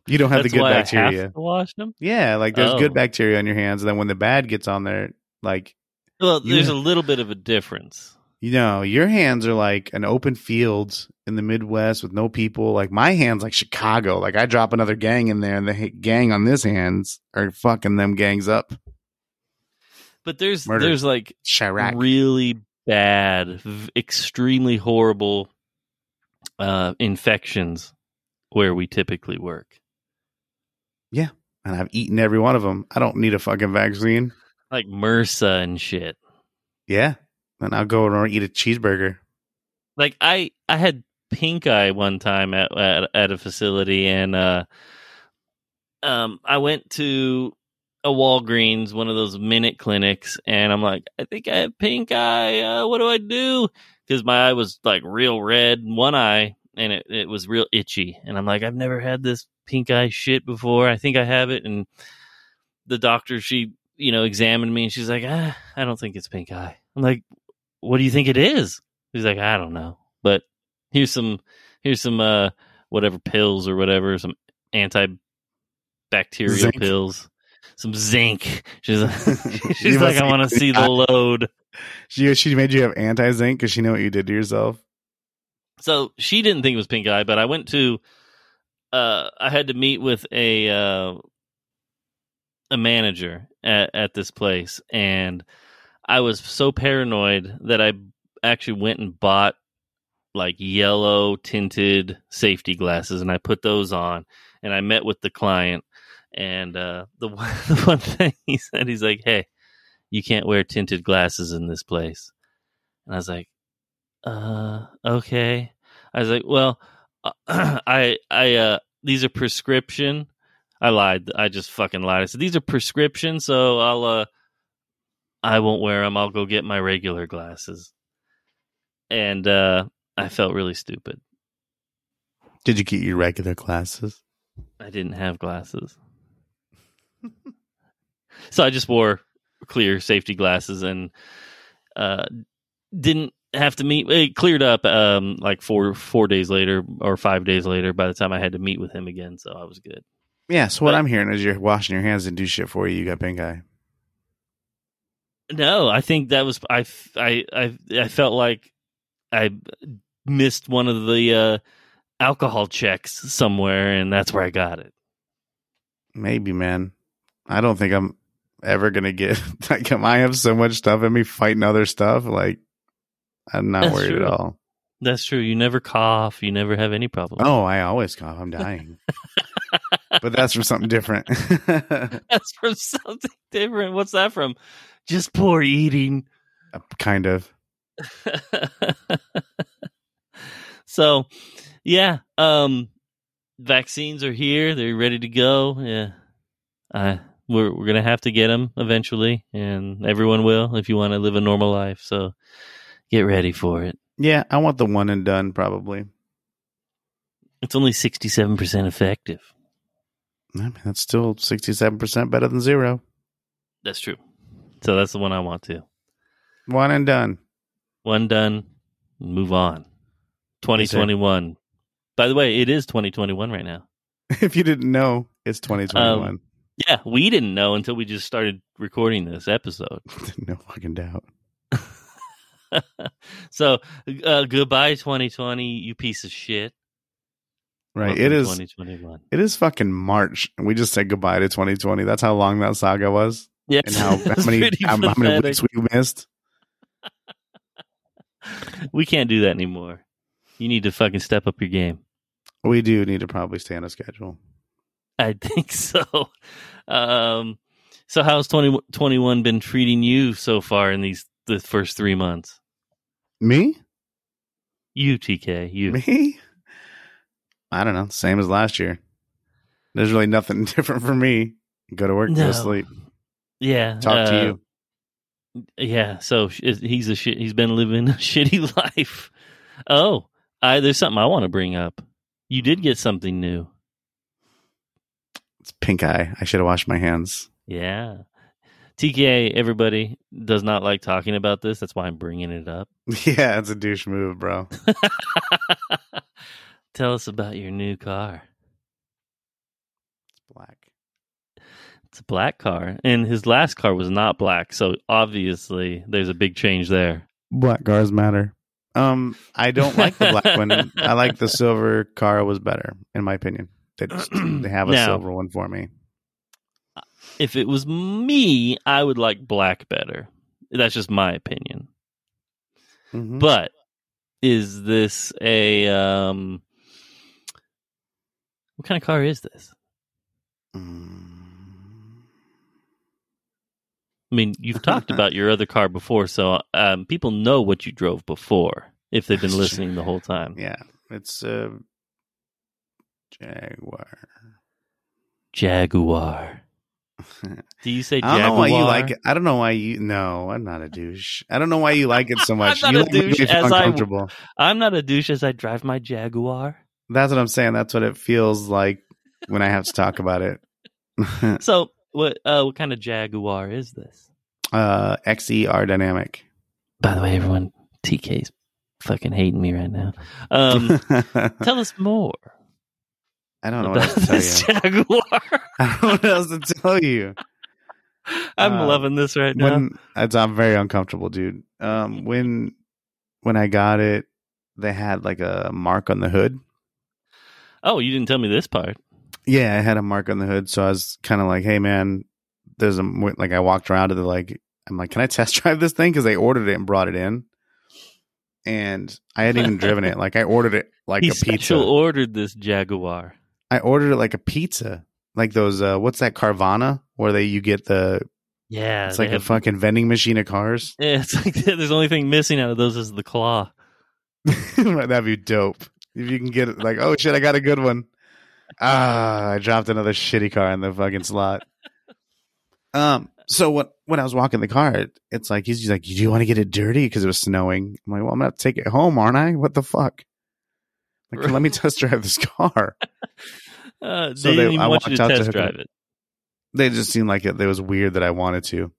Speaker 5: You don't have
Speaker 4: that's
Speaker 5: the good
Speaker 4: why I
Speaker 5: bacteria.
Speaker 4: have to wash them.
Speaker 5: Yeah, like there's
Speaker 4: Oh.
Speaker 5: good bacteria on your hands, and then when the bad gets on there, like
Speaker 4: Well,
Speaker 5: You
Speaker 4: there's
Speaker 5: have-
Speaker 4: a little bit of a difference.
Speaker 5: you know, your hands are like an open field in the Midwest with no people. Like my hands, like Chicago. Like I drop another gang in there, and the h- gang on this hands are fucking them gangs up.
Speaker 4: But there's
Speaker 5: Murder.
Speaker 4: there's like
Speaker 5: Chirac.
Speaker 4: really bad, v- extremely horrible uh, infections where we typically work.
Speaker 5: and I've eaten every one of them. I don't need a fucking vaccine.
Speaker 4: Like MRSA and shit.
Speaker 5: Yeah. And I'll go and eat a cheeseburger.
Speaker 4: like I I had pink eye one time at at, at a facility and uh um I went to a Walgreens, one of those minute clinics, and I'm like, I think I have pink eye. Uh, what do I do? Because my eye was like real red, in one eye, and it, it was real itchy. And I'm like, I've never had this pink eye shit before. I think I have it. And the doctor, she, you know, examined me and she's like, ah, I don't think it's pink eye. I'm like, what do you think it is? He's like, I don't know, but here's some here's some uh whatever pills or whatever, some antibacterial
Speaker 5: Zinc.
Speaker 4: pills, some zinc. She's like, she's
Speaker 5: You
Speaker 4: like,
Speaker 5: must
Speaker 4: I want to
Speaker 5: eat
Speaker 4: see the load.
Speaker 5: She, she made you have anti zinc because she knew what you did to yourself.
Speaker 4: So she didn't think it was pink eye, but I went to. Uh, I had to meet with a uh, a manager at, at this place, and I was so paranoid that I actually went and bought like yellow tinted safety glasses, and I put those on, and I met with the client, and uh, the one, the one thing he said, he's like, "Hey, you can't wear tinted glasses in this place," and I was like, "Uh, okay." I was like, "Well, uh, I, I, uh, these are prescription." I lied. I just fucking lied. I said these are prescription, so I'll, uh, I won't wear them. I'll go get my regular glasses. And uh, I felt really stupid.
Speaker 5: Did you get your regular classes?
Speaker 4: I didn't have glasses. so I just wore clear safety glasses and uh, didn't have to meet. It cleared up um, like four four days later or five days later by the time I had to meet with him again. So I was good.
Speaker 5: Yeah. So what
Speaker 4: But-
Speaker 5: I'm hearing is you're washing your hands and do shit for you. You got pink eye.
Speaker 4: No, I think that was I f- I I I felt like I missed one of the uh, alcohol checks somewhere, and that's where I got it.
Speaker 5: Maybe, man. I don't think I'm ever going to get like, um, I have so much stuff in me fighting other stuff. Like, I'm not
Speaker 4: That's
Speaker 5: worried
Speaker 4: true.
Speaker 5: at all.
Speaker 4: That's true. You never cough. You never have any problems.
Speaker 5: Oh, I always cough. I'm dying. but that's from something different. Uh,
Speaker 4: that's from something different. What's that from? Just poor eating.
Speaker 5: kind of.
Speaker 4: so, yeah. Um, vaccines are here. They're ready to go. Yeah. Uh, we're we're gonna have to get them eventually, and everyone will if you want to live a normal life. So, get ready for it.
Speaker 5: Yeah, I want the one and done probably.
Speaker 4: It's only sixty seven percent effective.
Speaker 5: I mean, that's still 67% better than zero.
Speaker 4: That's true. So that's the one I want to.
Speaker 5: One and done.
Speaker 4: One done. Move on. Twenty
Speaker 5: Yes, sir.
Speaker 4: twenty one. By the way, it is twenty twenty one right now.
Speaker 5: If you didn't know,
Speaker 4: Um,
Speaker 5: it's 2021.
Speaker 4: Yeah, we didn't know until we just started recording this episode.
Speaker 5: no fucking doubt.
Speaker 4: so uh, goodbye, 2020, you piece of shit.
Speaker 5: Right.
Speaker 4: Welcome
Speaker 5: it is
Speaker 4: 2021.
Speaker 5: it is fucking March and we just said goodbye to 2020. That's how long that saga was
Speaker 4: Yeah,
Speaker 5: and how, how
Speaker 4: it's
Speaker 5: many
Speaker 4: pretty
Speaker 5: how, how many
Speaker 4: pathetic.
Speaker 5: weeks we missed.
Speaker 4: We can't do that anymore. You need to fucking step up your game.
Speaker 5: We do need to probably stay on a schedule.
Speaker 4: I think so. Um, so how's 2021 been treating you so far in these the first three months?
Speaker 5: Me?
Speaker 4: You, TK, you.
Speaker 5: Me? I don't know. Same as last year. There's really nothing different for me. Go to work, go
Speaker 4: No.
Speaker 5: to sleep,
Speaker 4: Yeah.
Speaker 5: talk
Speaker 4: uh,
Speaker 5: to you.
Speaker 4: Yeah, so sh- he's a shit. He's been living a shitty life. Oh, I, there's something I want to bring up. You did get something new.
Speaker 5: It's pink eye. I should have washed my hands.
Speaker 4: Yeah. TKA, everybody does not like talking about this. That's why I'm bringing it up.
Speaker 5: yeah, it's a douche move, bro.
Speaker 4: Tell us about your new car.
Speaker 5: It's black.
Speaker 4: It's a black car, and his last car was not black. So obviously, there's a big change there.
Speaker 5: Black cars matter. Um, I don't like the black one. I like the silver car was better, in my opinion. They, just- they have a
Speaker 4: Now-
Speaker 5: silver one for me.
Speaker 4: If it was me, I would like black better. That's just my opinion.
Speaker 5: Mhm.
Speaker 4: But is this a um? What kind of car is this?
Speaker 5: Mm.
Speaker 4: I mean, you've talked about your other car before, so um, people know what you drove before if they've been
Speaker 5: Sure.
Speaker 4: listening the whole time.
Speaker 5: yeah, it's a Jaguar.
Speaker 4: Jaguar. Do you say
Speaker 5: I don't
Speaker 4: Jaguar?
Speaker 5: know why you like it. I don't know why you. No, I'm not a douche. I don't know why you like it so much.
Speaker 4: I'm not
Speaker 5: you
Speaker 4: a
Speaker 5: like it
Speaker 4: douche
Speaker 5: makes you
Speaker 4: as I-
Speaker 5: uncomfortable.
Speaker 4: I'm not a douche as I drive my Jaguar.
Speaker 5: That's what I'm saying. That's what it feels like when I have to talk about it.
Speaker 4: So, what uh, what kind of Jaguar is this?
Speaker 5: uh, XER dynamic.
Speaker 4: By the way, everyone, TK's fucking hating me right now. Um, tell us more
Speaker 5: I don't know what
Speaker 4: about
Speaker 5: else to tell
Speaker 4: this
Speaker 5: you.
Speaker 4: Jaguar.
Speaker 5: I don't know what else to tell you.
Speaker 4: I'm
Speaker 5: Uh,
Speaker 4: loving this right now.
Speaker 5: when it's I'm very uncomfortable, dude. Um, when when I got it, they had like a mark on the hood.
Speaker 4: Oh, you didn't tell me this part.
Speaker 5: Yeah, I had a mark on the hood, so I was kind of like, "Hey, man, there's a like." I walked around to the like, I'm like, "Can I test drive this thing?" Because they ordered it and brought it in, and I hadn't even driven it. Like I ordered it like
Speaker 4: he
Speaker 5: a pizza.
Speaker 4: special ordered this Jaguar.
Speaker 5: I ordered it like a pizza, like those. Uh, what's that Carvana where they you get the?
Speaker 4: Yeah,
Speaker 5: It's
Speaker 4: they
Speaker 5: like
Speaker 4: have-
Speaker 5: a fucking vending machine of cars.
Speaker 4: Yeah, it's like there's only thing missing out of those is the claw.
Speaker 5: That'd be dope if you can get it. Like, oh shit, I got a good one. Ah, I dropped another shitty car in the fucking slot. Um. So what? When I was walking the car, it- it's like he's, he's like, "Do you want to get it dirty?" Because it was snowing. I'm like, "Well, I'm gonna have to take it home, aren't I? What the fuck?" Like, let me test drive this car.
Speaker 4: Uh,
Speaker 5: So
Speaker 4: they
Speaker 5: they-
Speaker 4: didn't even
Speaker 5: I
Speaker 4: want you
Speaker 5: walked
Speaker 4: to
Speaker 5: out to
Speaker 4: test
Speaker 5: hook it up.
Speaker 4: drive it.
Speaker 5: They just seemed like it, it was weird that I wanted to.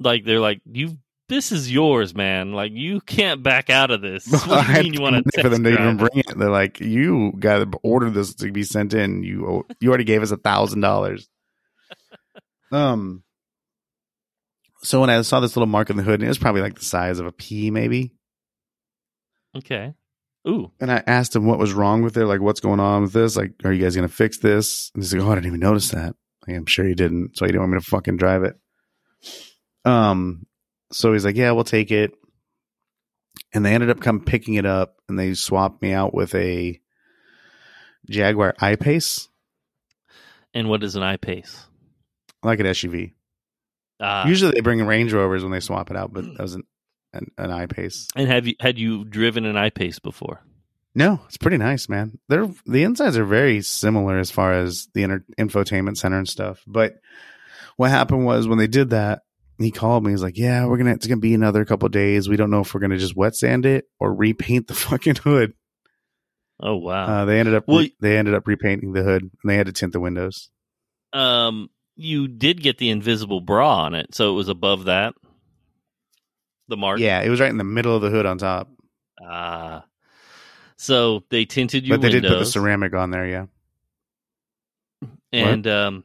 Speaker 4: Like they're like, you, this is yours, man. Like you can't back out of this. What do
Speaker 5: I
Speaker 4: you
Speaker 5: had
Speaker 4: mean you
Speaker 5: to
Speaker 4: want
Speaker 5: wait
Speaker 4: to
Speaker 5: for
Speaker 4: test
Speaker 5: them to even
Speaker 4: drive? it?
Speaker 5: bring it? They're like, you got to order this to be sent in. You owe- you already gave us a thousand dollars. Um. So when I saw this little mark in the hood, and it was probably like the size of a pea, maybe.
Speaker 4: Okay. Ooh,
Speaker 5: And I asked him what was wrong with it, like what's going on with this, like are you guys gonna fix this? And he's like, oh, I didn't even notice that. Like, I'm sure you didn't, so you didn't want me to fucking drive it. Um, so he's like, yeah, we'll take it. And they ended up come picking it up, and they swapped me out with a Jaguar I Pace,
Speaker 4: and what is an eye pace?
Speaker 5: like an SUV.
Speaker 4: Uh,
Speaker 5: Usually they bring Range Rovers when they swap it out, but that was an an, an I Pace.
Speaker 4: and have you had you driven an eye pace before?
Speaker 5: No, it's pretty nice, man. They're the insides are very similar as far as the inter- infotainment center and stuff. But what happened was when they did that, he called me. He's like, "Yeah, we're gonna it's gonna be another couple days. We don't know if we're gonna just wet sand it or repaint the fucking hood."
Speaker 4: Oh wow.
Speaker 5: Uh, they ended up
Speaker 4: Well-
Speaker 5: they ended up repainting the hood and they had to tint the windows.
Speaker 4: um, you did get the invisible bra on it, so it was above that. The mark.
Speaker 5: Yeah, it was right in the middle of the hood on top,
Speaker 4: Ah. so they tinted your
Speaker 5: but they did put the
Speaker 4: windows.
Speaker 5: ceramic on there. Yeah,
Speaker 4: And um,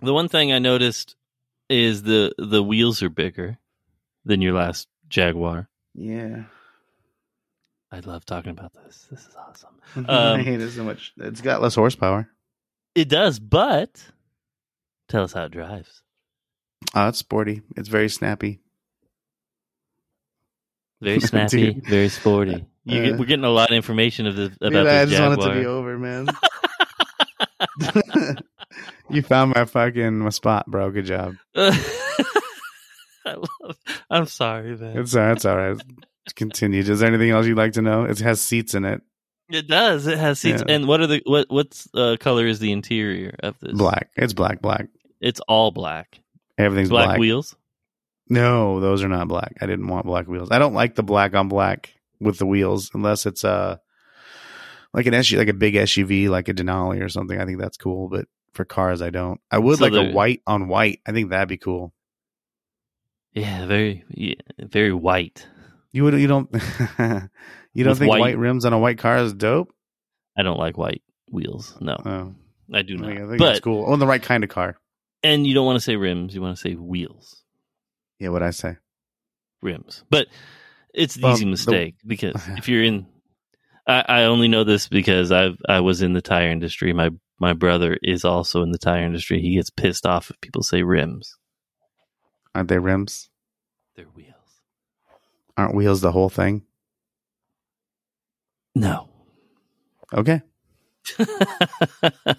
Speaker 4: the one thing I noticed is the the wheels are bigger than your last Jaguar.
Speaker 5: yeah.
Speaker 4: I love talking about this. This is awesome.
Speaker 5: I
Speaker 4: Um,
Speaker 5: hate it so much. It's got less horsepower.
Speaker 4: It does, but tell us how it drives.
Speaker 5: Oh, it's sporty. It's very snappy.
Speaker 4: Very snappy,
Speaker 5: Dude.
Speaker 4: very sporty. You get,
Speaker 5: Uh,
Speaker 4: we're getting a lot of information of this, about
Speaker 5: Dude, I
Speaker 4: this
Speaker 5: just
Speaker 4: Jaguar.
Speaker 5: want it to be over, man. you found my fucking my spot, bro. Good job.
Speaker 4: I love. I'm sorry, man.
Speaker 5: It's all right. It's all right. Continue. Is there anything else you'd like to know? It has seats in it.
Speaker 4: it does. It has seats.
Speaker 5: Yeah.
Speaker 4: And what are the what? What's uh, color is the interior of this?
Speaker 5: Black. It's black, black.
Speaker 4: It's all black.
Speaker 5: Everything's
Speaker 4: Black,
Speaker 5: black.
Speaker 4: wheels.
Speaker 5: No, those are not black. I didn't want black wheels. I don't like the black on black with the wheels unless it's uh like an SUV, like a big SUV, like a Denali or something. I think that's cool. But for cars. I don't. I would
Speaker 4: So
Speaker 5: like a
Speaker 4: the-
Speaker 5: white on white. I think that'd be cool.
Speaker 4: Yeah, very, yeah, very white.
Speaker 5: You would. You don't. you don't
Speaker 4: With
Speaker 5: think
Speaker 4: white-
Speaker 5: white. rims on a white car is dope?
Speaker 4: I don't like white wheels. No,
Speaker 5: Oh,
Speaker 4: I do
Speaker 5: I think, I
Speaker 4: not.
Speaker 5: think
Speaker 4: But
Speaker 5: that's cool. On the right kind of car.
Speaker 4: and you don't want to say rims. You want to say wheels,
Speaker 5: Yeah, what I say.
Speaker 4: rims. But it's the
Speaker 5: Well,
Speaker 4: easy
Speaker 5: Um, the-
Speaker 4: mistake because if you're in, I, I only know this because I I was in the tire industry. My my brother is also in the tire industry. He gets pissed off if people say rims.
Speaker 5: Aren't they rims?
Speaker 4: They're wheels.
Speaker 5: Aren't wheels the whole thing?
Speaker 4: No.
Speaker 5: Okay. Well, Oh,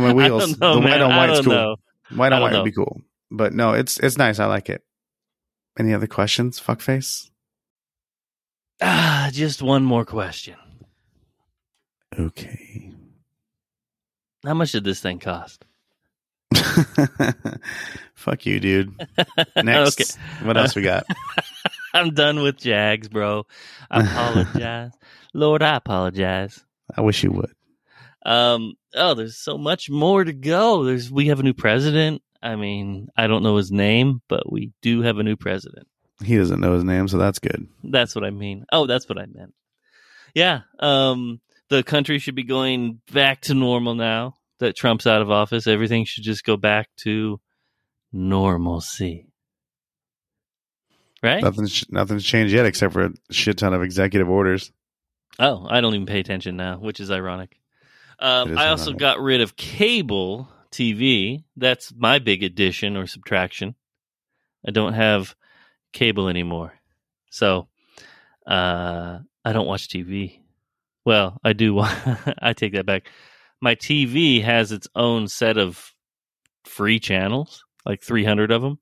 Speaker 5: my wheels.
Speaker 4: I don't know,
Speaker 5: the
Speaker 4: man.
Speaker 5: white on
Speaker 4: I
Speaker 5: white's
Speaker 4: don't
Speaker 5: cool.
Speaker 4: know.
Speaker 5: White
Speaker 4: I
Speaker 5: on
Speaker 4: don't
Speaker 5: white
Speaker 4: know.
Speaker 5: would be cool. But no, it's it's nice. I like it. Any other questions? Fuckface.
Speaker 4: Ah, just one more question.
Speaker 5: Okay.
Speaker 4: How much did this thing cost?
Speaker 5: Fuck you, dude. Next.
Speaker 4: okay.
Speaker 5: What else we got?
Speaker 4: I'm done with Jags, bro. I apologize. Lord, I apologize.
Speaker 5: I wish you would.
Speaker 4: Um, oh, there's so much more to go. There's we have a new president. I mean, I don't know his name, but we do have a new president.
Speaker 5: He doesn't know his name, so that's good.
Speaker 4: That's what I mean. Oh, that's what I meant. Yeah. Um, the country should be going back to normal now that Trump's out of office. Everything should just go back to normalcy. Right?
Speaker 5: Nothing's nothing's changed yet except for a shit ton of executive orders.
Speaker 4: Oh, I don't even pay attention now, which is ironic. Um,
Speaker 5: It is
Speaker 4: I also
Speaker 5: ironic.
Speaker 4: got rid of cable TV. That's my big addition or subtraction. I don't have cable anymore. So uh, I don't watch TV. Well, I do. wa- I take that back. My TV has its own set of free channels, like 300 of them.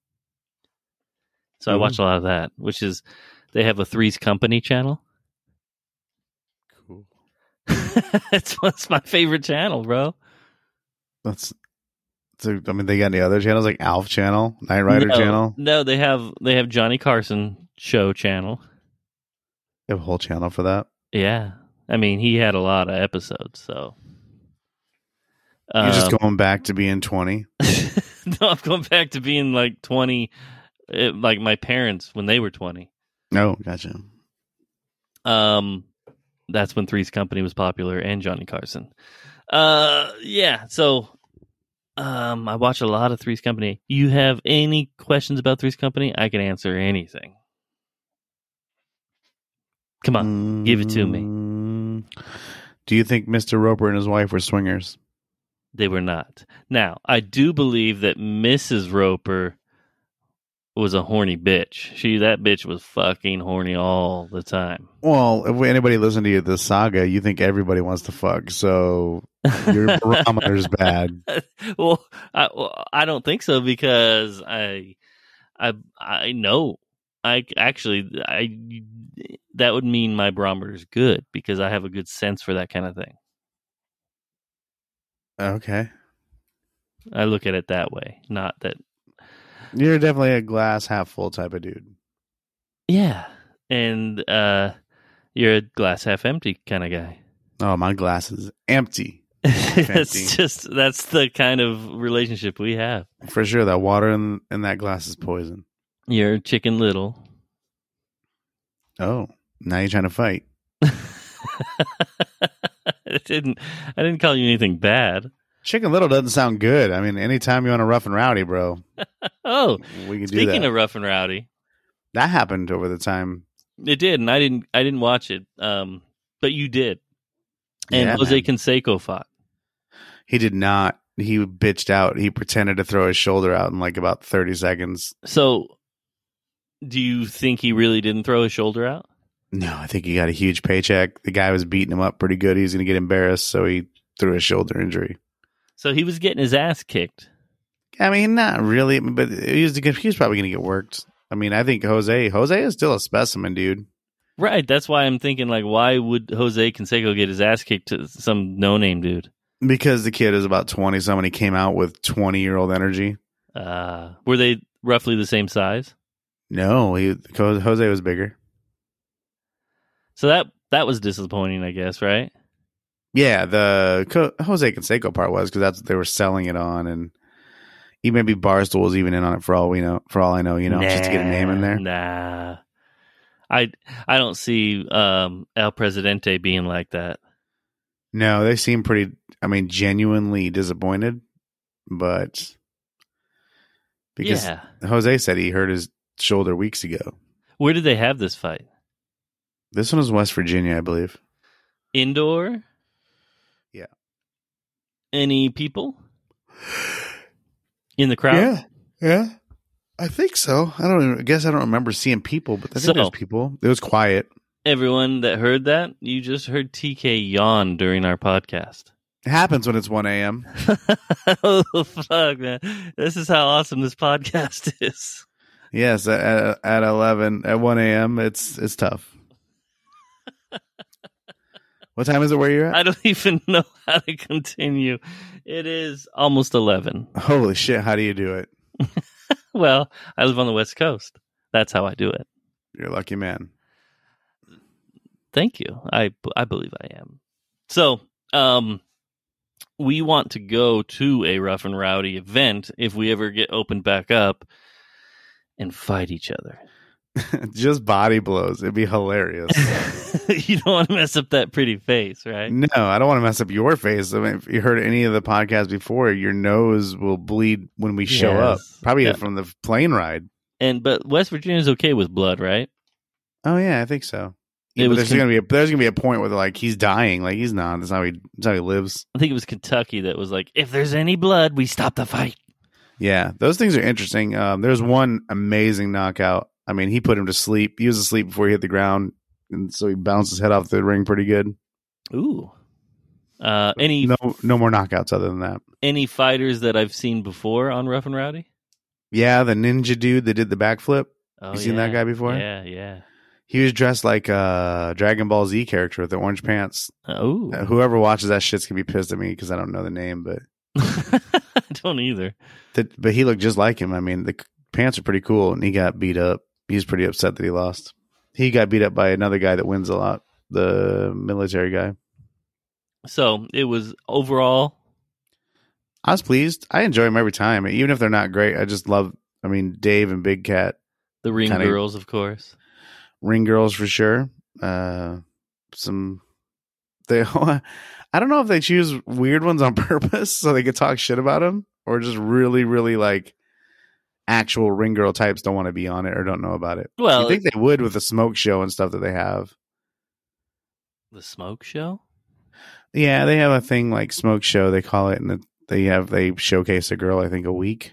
Speaker 4: So I
Speaker 5: Mhm.
Speaker 4: watch a lot of that, which is they have a Three's Company channel.
Speaker 5: Cool.
Speaker 4: it's, it's my favorite channel, bro.
Speaker 5: That's. So, I mean, they got any other channels like Alf Channel, Night Rider
Speaker 4: no,
Speaker 5: Channel?
Speaker 4: No, they have they have Johnny Carson show channel.
Speaker 5: They have a whole channel for that.
Speaker 4: Yeah, I mean he had a lot of episodes, so.
Speaker 5: You're just
Speaker 4: Um,
Speaker 5: going back to being 20.
Speaker 4: no, I'm going back to being like 20, eh, like my parents when they were 20.
Speaker 5: No, gotcha.
Speaker 4: Um, that's when Three's Company was popular and Johnny Carson. Uh, yeah. So, um, I watch a lot of Three's Company. You have any questions about Three's Company? I can answer anything. Come on, give it to me.
Speaker 5: me. Do you think Mr. Roper and his wife were swingers?
Speaker 4: they were not. Now, I do believe that Mrs. Roper was a horny bitch. She that bitch was fucking horny all the time.
Speaker 5: Well, if anybody listened to you, the saga, you think everybody wants to fuck. So your barometer's bad.
Speaker 4: well, I, well, I don't think so because I, I, I know. I actually, I that would mean my barometer's good because I have a good sense for that kind of thing.
Speaker 5: Okay.
Speaker 4: I look at it that way, not that.
Speaker 5: You're definitely a glass half full type of dude.
Speaker 4: Yeah, and uh, you're a glass half empty kind of guy.
Speaker 5: Oh, my glass is empty.
Speaker 4: that's
Speaker 5: Empty.
Speaker 4: just that's the kind of relationship we have.
Speaker 5: For sure, that water in, in that glass is poison.
Speaker 4: You're Chicken Little.
Speaker 5: Oh, now you're trying to fight.
Speaker 4: I didn't I didn't call you anything bad.
Speaker 5: Chicken Little doesn't sound good. I mean, anytime you want a rough and rowdy, bro,
Speaker 4: Oh,
Speaker 5: we can do
Speaker 4: Speaking
Speaker 5: that.
Speaker 4: of rough and rowdy,
Speaker 5: that happened over the time.
Speaker 4: it did, and I didn't. I didn't watch it, um, but you did. And
Speaker 5: Yeah,
Speaker 4: Jose
Speaker 5: man.
Speaker 4: Canseco fought.
Speaker 5: He did not. He bitched out. He pretended to throw his shoulder out in like about 30 seconds.
Speaker 4: So, do you think he really didn't throw his shoulder out?
Speaker 5: No, I think he got a huge paycheck. The guy was beating him up pretty good. He was going to get embarrassed, so he threw a shoulder injury.
Speaker 4: So he was getting his ass kicked.
Speaker 5: I mean, not really, but he was, he was probably going to get worked. I mean, I think Jose Jose is still a specimen, dude.
Speaker 4: Right. That's why I'm thinking like, why would Jose Canseco get his ass kicked to some no name dude?
Speaker 5: Because the kid is about 20 something, he came out with 20 year old energy.
Speaker 4: Uh, were they roughly the same size?
Speaker 5: No, he Jose was bigger.
Speaker 4: So that that was disappointing, I guess. Right.
Speaker 5: Yeah, the Co- Jose Canseco part was because that's what they were selling it on, and he maybe Barstool was even in on it for all we know. For all I know, you know, just to get a name in there.
Speaker 4: Nah. I I don't see um, El Presidente being like that.
Speaker 5: No, they seem pretty. I mean, genuinely disappointed, but because
Speaker 4: yeah.
Speaker 5: Jose said he hurt his shoulder weeks ago.
Speaker 4: Where did they have this fight?
Speaker 5: This one was West Virginia, I believe.
Speaker 4: Indoor?
Speaker 5: Yeah.
Speaker 4: Any people in the crowd?
Speaker 5: yeah. I think so. I don't. I guess I don't remember seeing people, but I think
Speaker 4: So-
Speaker 5: there's people. It was quiet.
Speaker 4: Everyone that heard that, you just heard TK yawn during our podcast.
Speaker 5: It happens when it's one a.m.
Speaker 4: oh fuck, man! This is how awesome this podcast is.
Speaker 5: Yes, at- at, at eleven at one a.m. It's it's tough. what time is it where you're at?
Speaker 4: I don't even know how to continue. It is almost eleven.
Speaker 5: Holy shit! How do you do it?
Speaker 4: Well, I live on the West Coast. That's how I do it.
Speaker 5: You're a lucky man.
Speaker 4: Thank you. I I believe I am. So, um, we want to go to a rough and rowdy event if we ever get opened back up and fight each other.
Speaker 5: Just body blows. It'd be hilarious.
Speaker 4: you don't want to mess up that pretty face, right?
Speaker 5: no, I don't want to mess up your face. I mean, if you heard any of the podcasts before, your nose will bleed when we show up.
Speaker 4: Yes.
Speaker 5: Probably
Speaker 4: Yeah.
Speaker 5: from the plane ride.
Speaker 4: And but West Virginia's okay with blood, right?
Speaker 5: Oh yeah, I think so.
Speaker 4: It
Speaker 5: Yeah, but
Speaker 4: was
Speaker 5: there's
Speaker 4: con-
Speaker 5: gonna be a, there's gonna be a point where they're like he's dying. Like he's not. That's how he that's how he lives.
Speaker 4: I think it was Kentucky that was like, if there's any blood, we stop the fight.
Speaker 5: Yeah, those things are interesting. Um, there's one amazing knockout. I mean, he put him to sleep. He was asleep before he hit the ground, and so he bounced his head off the ring pretty good.
Speaker 4: Ooh. Uh, any
Speaker 5: No, no more knockouts other than that.
Speaker 4: any fighters that I've seen before on Rough and Rowdy?
Speaker 5: Yeah, the ninja dude that did the backflip.
Speaker 4: Oh,
Speaker 5: you seen that guy before?
Speaker 4: Yeah, yeah.
Speaker 5: He was dressed like a Dragon Ball Z character with the orange pants.
Speaker 4: Oh,
Speaker 5: Uh, whoever watches that shit's gonna be pissed at me because I don't know the name, but
Speaker 4: I don't either.
Speaker 5: that but he looked just like him. I mean, the c- pants are pretty cool, and he got beat up. He's pretty upset that he lost. He got beat up by another guy that wins a lot, the military guy.
Speaker 4: So it was overall.
Speaker 5: I was pleased. I enjoy them every time, even if they're not great. I just love. I mean, Dave and Big Cat,
Speaker 4: The Ring
Speaker 5: Kinda-
Speaker 4: Girls, of course.
Speaker 5: Ring Girls for sure. Uh, some they. I don't know if they choose weird ones on purpose so they could talk shit about them, or just really, really like actual ring girl types don't want to be on it or don't know about it.
Speaker 4: Well,
Speaker 5: you think they would with the smoke show and stuff that they have.
Speaker 4: the Smoke Show.
Speaker 5: Yeah, they have a thing like smoke show they call it, and it- they have they showcase a girl I think a week.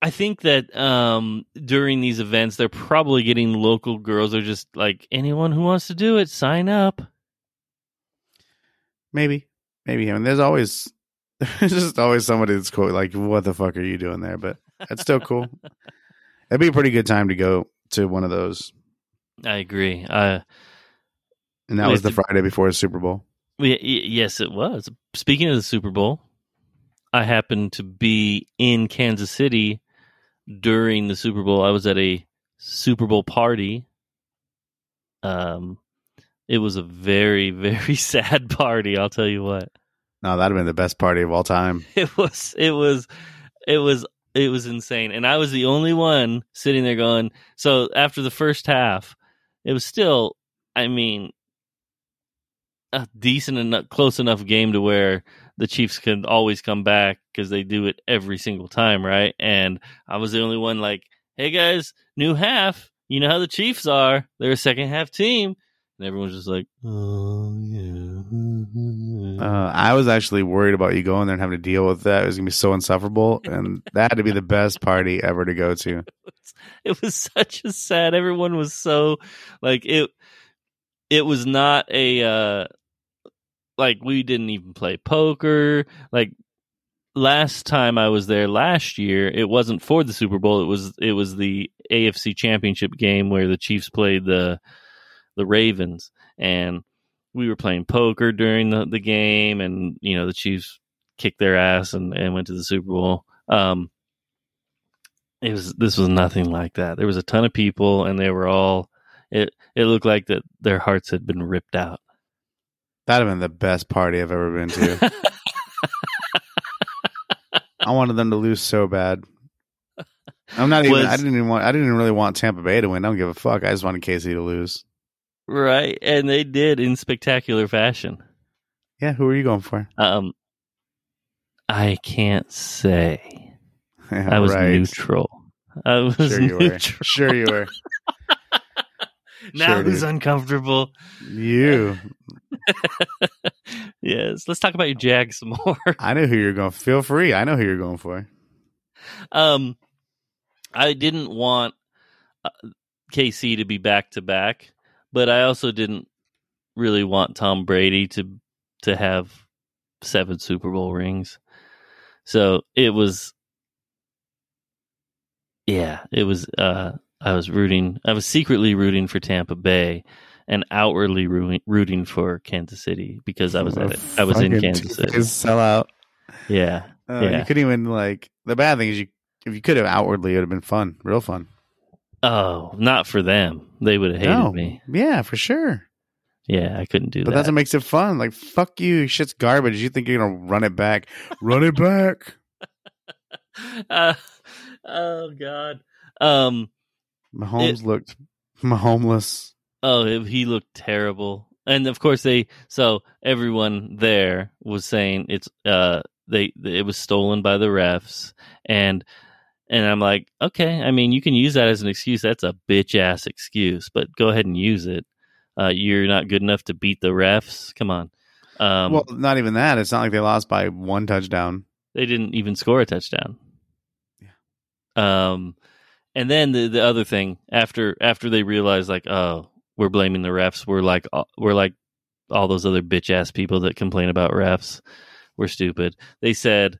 Speaker 4: I think that um, during these events, they're probably getting local girls. They're just like anyone who wants to do it, sign up.
Speaker 5: Maybe, maybe. I mean, there's always there's just always somebody that's cool. Like, what the fuck are you doing there? But that's still cool. It'd be a pretty good time to go to one of those.
Speaker 4: I agree. Uh,
Speaker 5: And that
Speaker 4: Wait,
Speaker 5: was the
Speaker 4: did-
Speaker 5: Friday before the Super Bowl.
Speaker 4: Yeah, y- yes, it was. Speaking of the Super Bowl, I happened to be in Kansas City during the Super Bowl. I was at a Super Bowl party. Um, it was a very, very sad party. I'll tell you what.
Speaker 5: No, that'd have been the best party of all time.
Speaker 4: It was. It was. It was. It was insane. And I was the only one sitting there going. So after the first half, it was still. I mean, a decent enough, close enough game to where the Chiefs could always come back because they do it every single time, right? And I was the only one like, "Hey guys, new half. You know how the Chiefs are. They're a second half team." And everyone's just like, "Oh yeah."
Speaker 5: Uh, I was actually worried about you going there and having to deal with that. It was gonna be so insufferable, and that would be the best party ever to go to.
Speaker 4: it was such a sad everyone was so like it it was not a uh like we didn't even play poker like last time i was there last year it wasn't for the super bowl it was it was the afc championship game where the chiefs played the the ravens and we were playing poker during the, the game and you know the chiefs kicked their ass and, and went to the super bowl um it was this was nothing like that. There was a ton of people, and they were all. It it looked like that their hearts had been ripped out.
Speaker 5: That'd have been the best party I've ever been to. I wanted them to lose so bad. I'm not even.
Speaker 4: Was-
Speaker 5: I didn't even want. I didn't even really want Tampa Bay to win. I don't give a fuck. I just wanted KC to lose.
Speaker 4: right? And they did in spectacular fashion.
Speaker 5: Yeah, who are you going for?
Speaker 4: Um, I can't say.
Speaker 5: Yeah,
Speaker 4: I was
Speaker 5: right.
Speaker 4: neutral. I was
Speaker 5: Sure you were.
Speaker 4: neutral.
Speaker 5: Sure you were.
Speaker 4: Now
Speaker 5: Sure,
Speaker 4: who's
Speaker 5: dude.
Speaker 4: uncomfortable?
Speaker 5: You.
Speaker 4: Yes, let's talk about your Jags some more.
Speaker 5: I know who you're going. Feel free. I know who you're going for.
Speaker 4: Um, I didn't want uh, KC to be back to back, but I also didn't really want Tom Brady to to have seven Super Bowl rings. So it was, yeah, it was. Uh, I was rooting. I was secretly rooting for Tampa Bay. And outwardly rooting, rooting for Kansas City because I was at it. I was in
Speaker 5: Fucking
Speaker 4: Kansas City.
Speaker 5: Just sell out.
Speaker 4: Yeah,
Speaker 5: Uh,
Speaker 4: Yeah.
Speaker 5: You couldn't even like. The bad thing is you. If you could have outwardly, it would have been fun, real fun.
Speaker 4: Oh, not for them. They would have hated
Speaker 5: No.
Speaker 4: me.
Speaker 5: Yeah, for sure.
Speaker 4: Yeah, I couldn't do
Speaker 5: But that's
Speaker 4: that.
Speaker 5: what makes it fun. Like, fuck you, shit's garbage. You think you're gonna run it back? run it back.
Speaker 4: uh, oh God. Um.
Speaker 5: Mahomes looked Mahomeless.
Speaker 4: Oh, he- he looked terrible. And of course they. So everyone there was saying it's. Uh. They. It was stolen by the refs. And. And I'm like, okay. I mean, you can use that as an excuse. That's a bitch ass excuse. But go ahead and use it. Uh, you're not good enough to beat the refs. Come on. Um,
Speaker 5: well, not even that. It's not like they lost by one touchdown.
Speaker 4: they didn't even score a touchdown. Yeah. Um, and then the the other thing after after they realized like oh we're blaming the refs we're like uh, we're like all those other bitch ass people that complain about refs we're stupid. They said,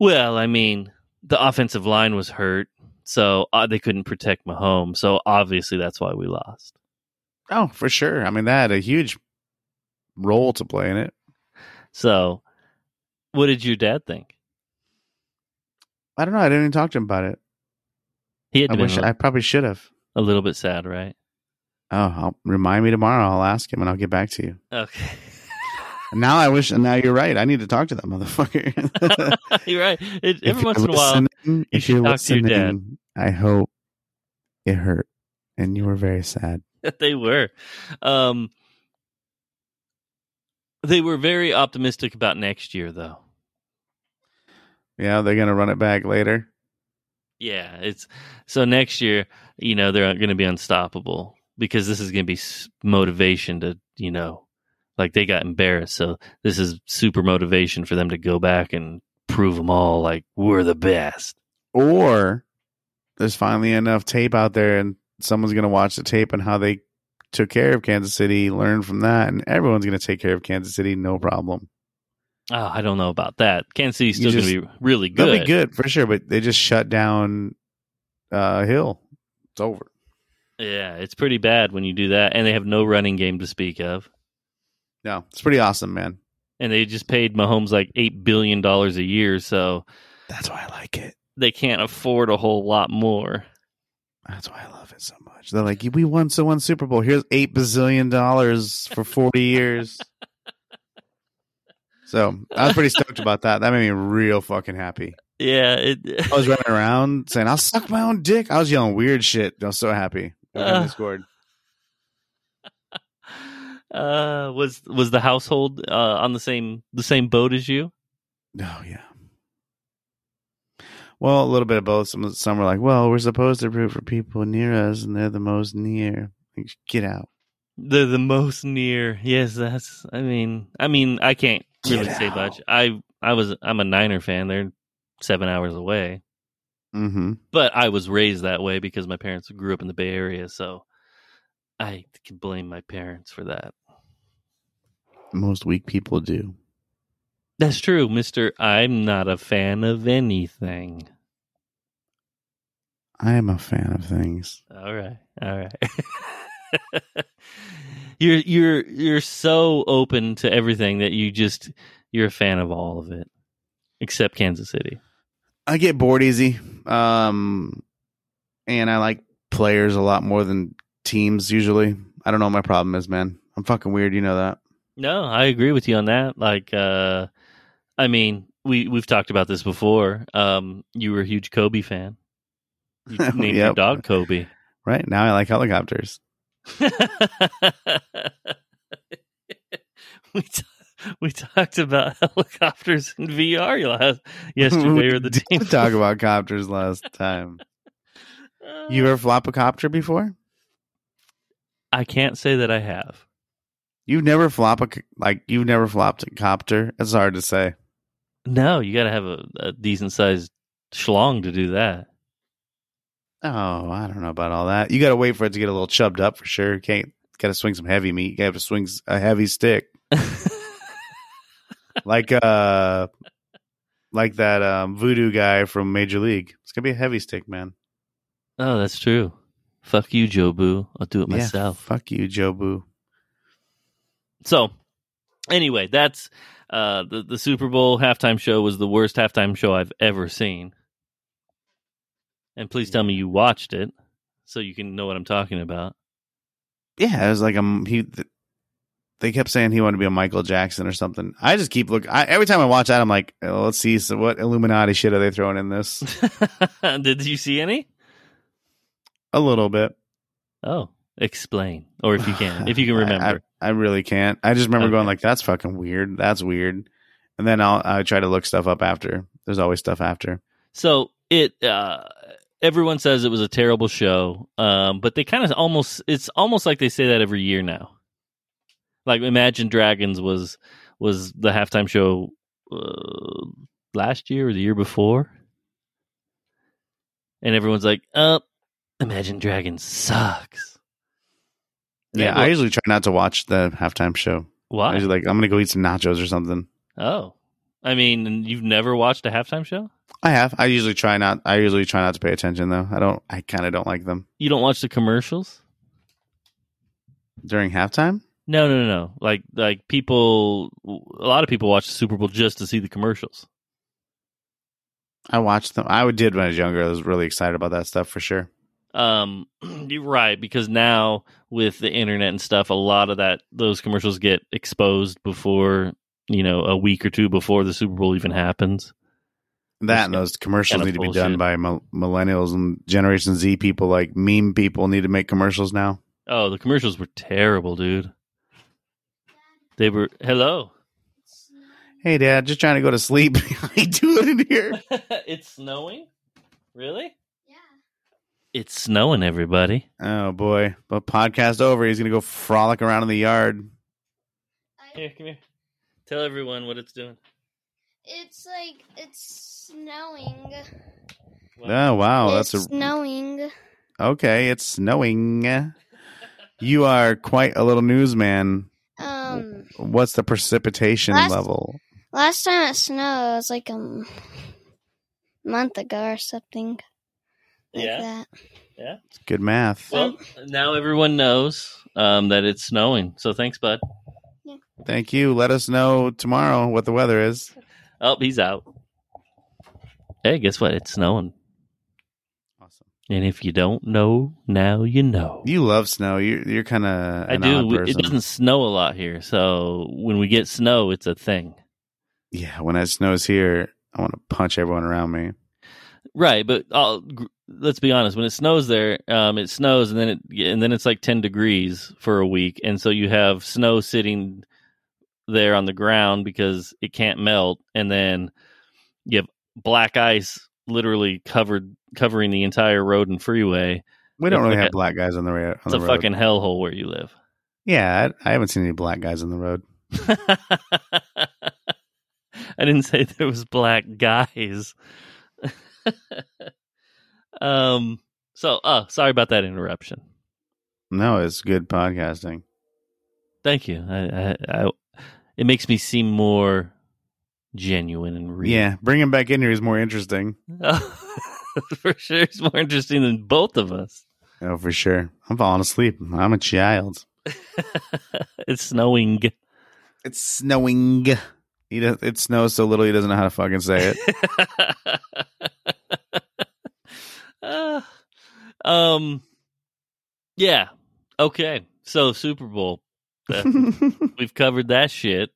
Speaker 4: well, I mean the offensive line was hurt. So uh, they couldn't protect Mahomes. So obviously that's why we lost.
Speaker 5: Oh, for sure. I mean, that had a huge role to play in it.
Speaker 4: So, what did your dad think?
Speaker 5: I don't know. I didn't even talk to him about it.
Speaker 4: He had
Speaker 5: I
Speaker 4: been
Speaker 5: wish
Speaker 4: a,
Speaker 5: I probably should have.
Speaker 4: a little bit sad, right?
Speaker 5: Oh, I'll, remind me tomorrow. I'll ask him and I'll get back to you.
Speaker 4: Okay.
Speaker 5: Now I wish. Now you're right. I need to talk to that motherfucker.
Speaker 4: You're right. It,
Speaker 5: If
Speaker 4: every once
Speaker 5: you're
Speaker 4: in a while,
Speaker 5: listening- if
Speaker 4: should
Speaker 5: you're
Speaker 4: talk to your
Speaker 5: listening,
Speaker 4: dad.
Speaker 5: I hope it hurt and you were very sad.
Speaker 4: they were. Um, they were very optimistic about next year, though.
Speaker 5: Yeah, they're gonna run it back later.
Speaker 4: Yeah, it's so next year. You know they're going to be unstoppable because this is going to be s- motivation to you know, like they got embarrassed. So this is super motivation for them to go back and prove them all like we're the best.
Speaker 5: Or there's finally enough tape out there, and someone's gonna watch the tape and how they took care of Kansas City, learn from that, and everyone's gonna take care of Kansas City, no problem.
Speaker 4: Oh, I don't know about that. Kansas City's
Speaker 5: You
Speaker 4: still going to be really
Speaker 5: They'll
Speaker 4: good.
Speaker 5: be good for sure, but they just shut down uh, Hill. It's over.
Speaker 4: Yeah, it's pretty bad when you do that, and they have no running game to speak of.
Speaker 5: No, it's pretty awesome, man.
Speaker 4: and they just paid Mahomes like eight billion dollars a year, so
Speaker 5: That's why I like it.
Speaker 4: they can't afford a whole lot more.
Speaker 5: That's why I love it so much. They're like, we won so one Super Bowl. Here's eight bazillion dollars for forty years. So I was pretty stoked about that. That made me real fucking happy.
Speaker 4: Yeah, it,
Speaker 5: I was running around saying, "I'll suck my own dick." I was yelling weird shit. I was so happy. Every time they
Speaker 4: Uh.
Speaker 5: scored.
Speaker 4: uh, was was the household uh, on the same the same boat as you?
Speaker 5: Oh yeah. Well, a little bit of both. Some some were like, "Well, we're supposed to root for people near us, and they're the most near." Like, Get out.
Speaker 4: They're the most near. Yes, that's. I mean, I mean, I can't really
Speaker 5: Get
Speaker 4: say
Speaker 5: out.
Speaker 4: much. I I was I'm a Niner fan. They're seven hours away,
Speaker 5: Mm-hmm.
Speaker 4: but I was raised that way because my parents grew up in the Bay Area, so I can blame my parents for that.
Speaker 5: Most weak people do.
Speaker 4: That's true, Mister. I'm not a fan of anything.
Speaker 5: I am a fan of things.
Speaker 4: All right. All right. you're you're you're so open to everything that you just you're a fan of all of it except Kansas City.
Speaker 5: I get bored easy. Um and I like players a lot more than teams usually. I don't know what my problem is, man. I'm fucking weird, you know that.
Speaker 4: No, I agree with you on that. Like, uh, I mean, we we've talked about this before. Um, you were a huge Kobe fan. You named your
Speaker 5: Yep.
Speaker 4: dog Kobe.
Speaker 5: Right now, I like helicopters.
Speaker 4: we t- we talked about helicopters in VR last yesterday or the day
Speaker 5: We talk about copters last time.
Speaker 4: before.
Speaker 5: You ever flop a copter before?
Speaker 4: I can't say that I have.
Speaker 5: You've never flop a c- like you've never flopped a copter. It's hard to say.
Speaker 4: No, you got to have a, a decent sized schlong to do that.
Speaker 5: Oh, I don't know about all that. You got to wait for it to get a little chubbed up for sure. You can't got to swing some heavy meat. You got to swing s- a heavy stick like uh like that um voodoo guy from Major League. It's gonna be a heavy stick, man.
Speaker 4: oh, that's true. Fuck you, Joe Boo. I'll do it
Speaker 5: Yeah,
Speaker 4: myself.
Speaker 5: fuck you, Joe Boo.
Speaker 4: So, anyway, that's uh, the the Super Bowl halftime show was the worst halftime show I've ever seen. And please tell me you watched it, so you can know what I'm talking about.
Speaker 5: Yeah, it was like um he. Th- they kept saying he wanted to be a Michael Jackson or something. I just keep look. I, every time I watch that, I'm like, oh, let's see, so what Illuminati shit are they throwing in this?
Speaker 4: Did you see any?
Speaker 5: A little bit.
Speaker 4: Oh, explain, or if you can, if you can
Speaker 5: I-
Speaker 4: remember.
Speaker 5: I, I really can't. I just remember going
Speaker 4: Okay.
Speaker 5: like, "That's fucking weird. That's weird." And then I'll I try to look stuff up after. There's always stuff after.
Speaker 4: So it uh everyone says it was a terrible show. Um but they kind of almost it's almost like they say that every year now. Like Imagine Dragons was was the halftime show uh, last year or the year before. And everyone's like, "Uh, Imagine Dragons sucks." And
Speaker 5: Yeah,
Speaker 4: I-
Speaker 5: I usually try not to watch the halftime show. I
Speaker 4: Why?
Speaker 5: usually like, I'm gonna go eat some nachos or something.
Speaker 4: oh. I mean, and you've never watched a halftime show?
Speaker 5: I have. I usually try not. I usually try not to pay attention though. I don't. I kind of don't like them
Speaker 4: You don't watch the commercials?
Speaker 5: during halftime.
Speaker 4: No, no, no, no. Like, like people, a lot of people watch the Super Bowl just to see the commercials.
Speaker 5: I watched them. I did when I was younger. I was really excited about that stuff for sure.
Speaker 4: Um, you're right because now with the internet and stuff, a lot of that those commercials get exposed before you know a week or two before the Super Bowl even happens.
Speaker 5: That
Speaker 4: It's
Speaker 5: and those commercials
Speaker 4: kinda
Speaker 5: need to be
Speaker 4: bullshit.
Speaker 5: done by mil- millennials and Generation Z people, like meme people, need to make commercials now.
Speaker 4: Oh, the commercials were terrible, dude. They were hello.
Speaker 5: Hey, Dad, just trying to go to sleep. How you doing in here?
Speaker 4: it's snowing. Really? Yeah. It's snowing, everybody.
Speaker 5: Oh boy, but podcast over. He's gonna go frolic around in the yard.
Speaker 4: Here, come here. Tell everyone what it's doing.
Speaker 6: It's like it's snowing.
Speaker 5: Oh wow,
Speaker 6: it's
Speaker 5: that's a
Speaker 6: snowing.
Speaker 5: okay. It's snowing. You are quite a little newsman.
Speaker 6: Um,
Speaker 5: What's the precipitation
Speaker 6: Last-
Speaker 5: level?
Speaker 6: last time it snowed it was like um, a month ago or something. Like
Speaker 4: Yeah.
Speaker 6: That.
Speaker 5: It's good math.
Speaker 4: Well, now everyone knows um, that it's snowing. So thanks, bud.
Speaker 5: Thank you. Let us know tomorrow what the weather is.
Speaker 4: Oh, he's out. Hey, guess what? It's snowing.
Speaker 5: Awesome.
Speaker 4: And if you don't know, now you know.
Speaker 5: You love snow. You you're kind of
Speaker 4: I do. We- It doesn't snow a lot here. So when we get snow, it's a thing.
Speaker 5: Yeah, when it snows here, I want to punch everyone around me.
Speaker 4: Right, but uh, gr- let's be honest. When it snows there, um, it snows, and then it and then it's like ten degrees for a week, and so you have snow sitting there on the ground because it can't melt, and then you have black ice literally covered covering the entire road and freeway.
Speaker 5: We don't
Speaker 4: It's
Speaker 5: really
Speaker 4: like
Speaker 5: have
Speaker 4: a-
Speaker 5: black guys on the ra- on
Speaker 4: It's
Speaker 5: the
Speaker 4: a
Speaker 5: road.
Speaker 4: fucking hellhole where you live.
Speaker 5: yeah, I, I haven't seen any black guys on the road.
Speaker 4: I didn't say there was black guys. um. So, uh, sorry about that interruption.
Speaker 5: No, it's good podcasting.
Speaker 4: Thank you. I, I, I, it makes me seem more genuine and real.
Speaker 5: Yeah, bring him back in here is more interesting.
Speaker 4: for sure, it's more interesting than both of us.
Speaker 5: Oh, for sure. I'm falling asleep. I'm a child.
Speaker 4: it's snowing.
Speaker 5: It's snowing. He does, it snows so little he doesn't know how to fucking say it.
Speaker 4: Ah. um, yeah. Okay. So Super Bowl. That- we've covered that shit.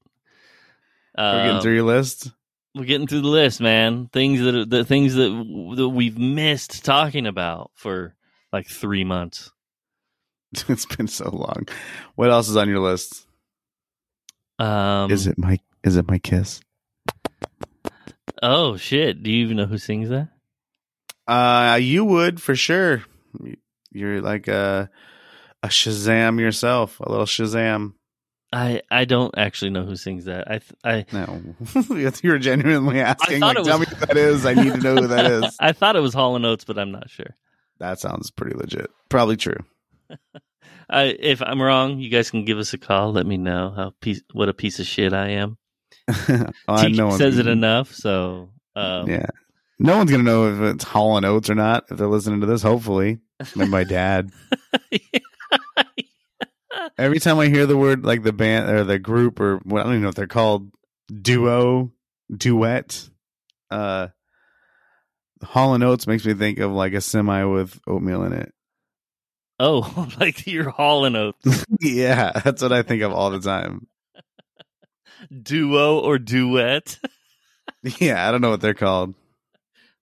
Speaker 5: We're getting
Speaker 4: Um,
Speaker 5: through your list.
Speaker 4: we're getting through the list, man. Things that are- the things that w- that we've missed talking about for like three months.
Speaker 5: It's been so long. What else is on your list?
Speaker 4: Um,
Speaker 5: is it my is it my kiss?
Speaker 4: Oh shit! Do you even know who sings that?
Speaker 5: Uh you would for sure. You're like a a Shazam yourself, a little Shazam.
Speaker 4: I I don't actually know who sings that. I th- I
Speaker 5: No. If you were genuinely asking,
Speaker 4: thought
Speaker 5: like,
Speaker 4: it
Speaker 5: tell me
Speaker 4: was-
Speaker 5: who that is. I need to know who that is.
Speaker 4: I thought it was Hall and Oates, but I'm not sure.
Speaker 5: That sounds pretty legit. Probably true.
Speaker 4: I, if I'm wrong, you guys can give us a call. Let me know how piece, what a piece of shit I am.
Speaker 5: Oh, I-
Speaker 4: Tiki
Speaker 5: no one's
Speaker 4: says it
Speaker 5: gonna-
Speaker 4: enough, so um,
Speaker 5: yeah. No one's gonna know if it's Hall and Oates or not if they're listening to this. Hopefully, and my dad. Every time I hear the word like the band or the group or what I don't even know if they're called duo, duet, uh, Hall and Oates makes me think of like a semi with oatmeal in it.
Speaker 4: oh, like you're Hall and Oates
Speaker 5: yeah, that's what I think of all the time.
Speaker 4: duo or duet.
Speaker 5: Yeah, I don't know what they're called.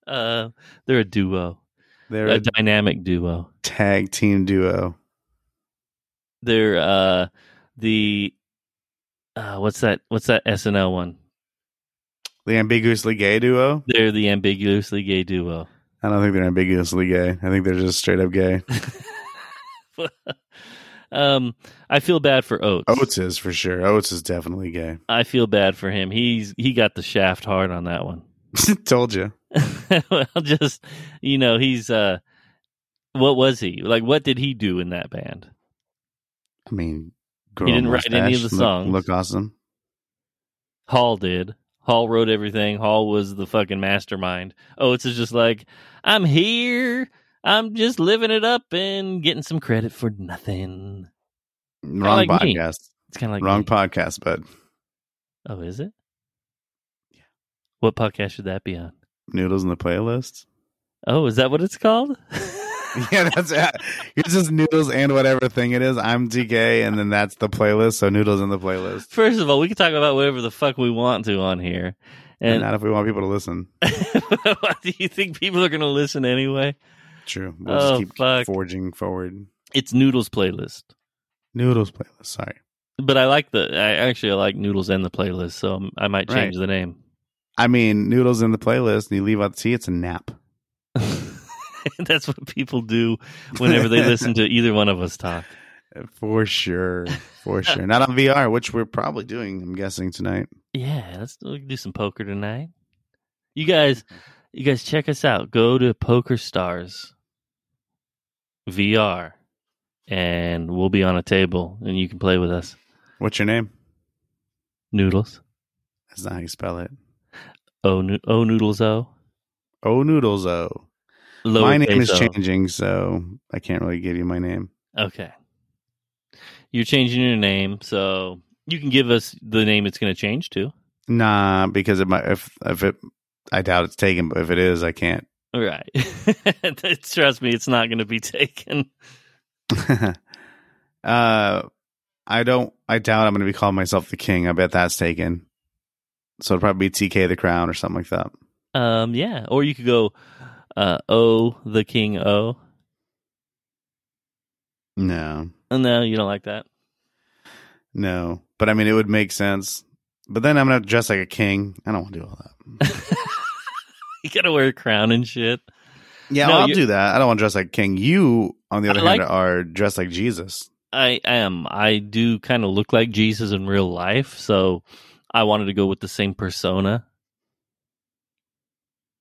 Speaker 4: Uh, they're a duo,
Speaker 5: They're
Speaker 4: a,
Speaker 5: a
Speaker 4: dynamic duo.
Speaker 5: tag team duo.
Speaker 4: They're uh, the uh, what's that? What's that SNL one?
Speaker 5: The ambiguously gay duo.
Speaker 4: They're the ambiguously gay duo.
Speaker 5: I don't think they're ambiguously gay. I think they're just straight up gay.
Speaker 4: um, I feel bad for Oates.
Speaker 5: Oates is for sure. Oates is definitely gay.
Speaker 4: I feel bad for him. He's he got the shaft hard on that one.
Speaker 5: Told you.
Speaker 4: well, just you know, he's uh, what was he like? What did he do in that band?
Speaker 5: I mean, girl
Speaker 4: didn't write any of
Speaker 5: mustache,
Speaker 4: the
Speaker 5: look-
Speaker 4: songs.
Speaker 5: Look, awesome.
Speaker 4: Hall did. Hall wrote everything. Hall was the fucking mastermind. Oates is just like, I'm here. I'm just living it up and getting some credit for nothing.
Speaker 5: Wrong
Speaker 4: like me.
Speaker 5: podcast.
Speaker 4: It's kind of like
Speaker 5: Wrong
Speaker 4: me.
Speaker 5: podcast, but
Speaker 4: Oh, is it? What podcast should that be on?
Speaker 5: noodles in the playlist.
Speaker 4: Oh, is that what it's called?
Speaker 5: yeah, that's it. It's just noodles and whatever thing it is. I'm DK, and then that's the playlist. So noodles in the playlist.
Speaker 4: First of all, we can talk about whatever the fuck we want to on here.
Speaker 5: And
Speaker 4: And
Speaker 5: not if we want people to listen.
Speaker 4: do you think people are going to listen anyway?
Speaker 5: True. We'll
Speaker 4: Oh,
Speaker 5: just keep
Speaker 4: fuck.
Speaker 5: forging forward.
Speaker 4: It's Noodles playlist.
Speaker 5: Noodles playlist. Sorry.
Speaker 4: But I like the I actually like Noodles and the playlist, so I might change the name.
Speaker 5: I mean, noodles in the playlist, and you leave out the tea. It's a nap.
Speaker 4: That's what people do whenever they listen to either one of us talk.
Speaker 5: For sure. For sure. Not on VR, which we're probably doing, I'm guessing, tonight.
Speaker 4: Yeah, let's we can do some poker tonight. You guys, you guys, check us out. Go to Poker Stars VR, and we'll be on a table, and you can play with us.
Speaker 5: What's your name?
Speaker 4: Noodles,
Speaker 5: That's not how you spell it.
Speaker 4: oh, no, oh, noodles, oh.
Speaker 5: Oh, noodles. Oh, my name
Speaker 4: Lowercase
Speaker 5: is
Speaker 4: O.
Speaker 5: changing, so I can't really give you my name.
Speaker 4: Okay, you're changing your name, so you can give us the name it's going to change to.
Speaker 5: Nah, because it might. If if it, I doubt it's taken. But if it is, I can't.
Speaker 4: All right, trust me, it's not going to be taken.
Speaker 5: uh, I don't. I doubt I'm going to be calling myself the king. I bet that's taken. So it'll probably be TK the crown or something like that.
Speaker 4: Um, yeah, or you could go, uh, oh, the king, oh.
Speaker 5: No,
Speaker 4: No, you don't like that.
Speaker 5: no. But I mean, it would make sense. But then I'm gonna have to dress like a king. I don't want to do all that.
Speaker 4: You gotta wear a crown and shit.
Speaker 5: Yeah,
Speaker 4: No,
Speaker 5: I'll
Speaker 4: you-
Speaker 5: do that. I don't want to dress like king. You, on the other
Speaker 4: I
Speaker 5: hand,
Speaker 4: like-
Speaker 5: are dressed like Jesus.
Speaker 4: I am. I do kind of look like Jesus in real life, so I wanted to go with the same persona.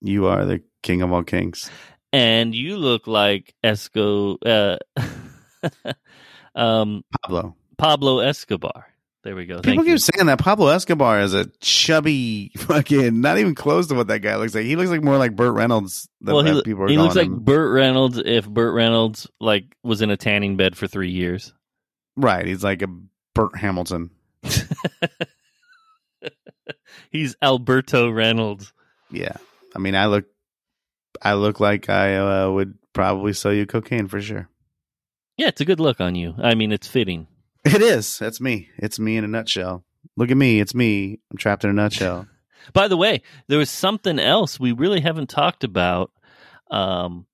Speaker 5: You are the king of all kings.
Speaker 4: And you look like Esco, uh, um,
Speaker 5: Pablo.
Speaker 4: Pablo Escobar. There we go.
Speaker 5: People
Speaker 4: Thank
Speaker 5: keep
Speaker 4: you.
Speaker 5: saying that Pablo Escobar is a chubby fucking not even close to what that guy looks like. He looks like more like Burt Reynolds than
Speaker 4: well, he,
Speaker 5: that
Speaker 4: lo-
Speaker 5: people are
Speaker 4: he
Speaker 5: calling
Speaker 4: looks like
Speaker 5: him.
Speaker 4: Burt Reynolds if Burt Reynolds like was in a tanning bed for three years.
Speaker 5: Right. He's like a Burt Hamilton.
Speaker 4: He's Alberto Reynolds.
Speaker 5: Yeah. I mean I look I look like I uh, would probably sell you cocaine for sure.
Speaker 4: Yeah, it's a good look on you. I mean, it's fitting.
Speaker 5: It is. That's me. It's me in a nutshell. Look at me. It's me. I'm trapped in a nutshell.
Speaker 4: By the way, there was something else we really haven't talked about. Um,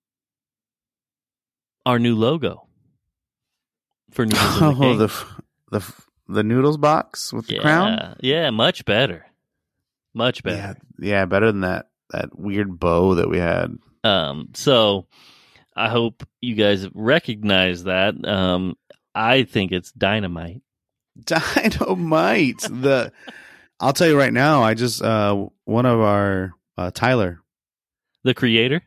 Speaker 4: our new logo for Noodles in the
Speaker 5: oh,
Speaker 4: King.
Speaker 5: the f- the f- the noodles box with the
Speaker 4: yeah,
Speaker 5: crown.
Speaker 4: yeah, much better, much better.
Speaker 5: Yeah, yeah, better than that that weird bow that we had.
Speaker 4: Um, so I hope you guys recognize that. Um, I think it's dynamite.
Speaker 5: Dynamite. the I'll tell you right now. I just uh one of our uh Tyler.
Speaker 4: The creator.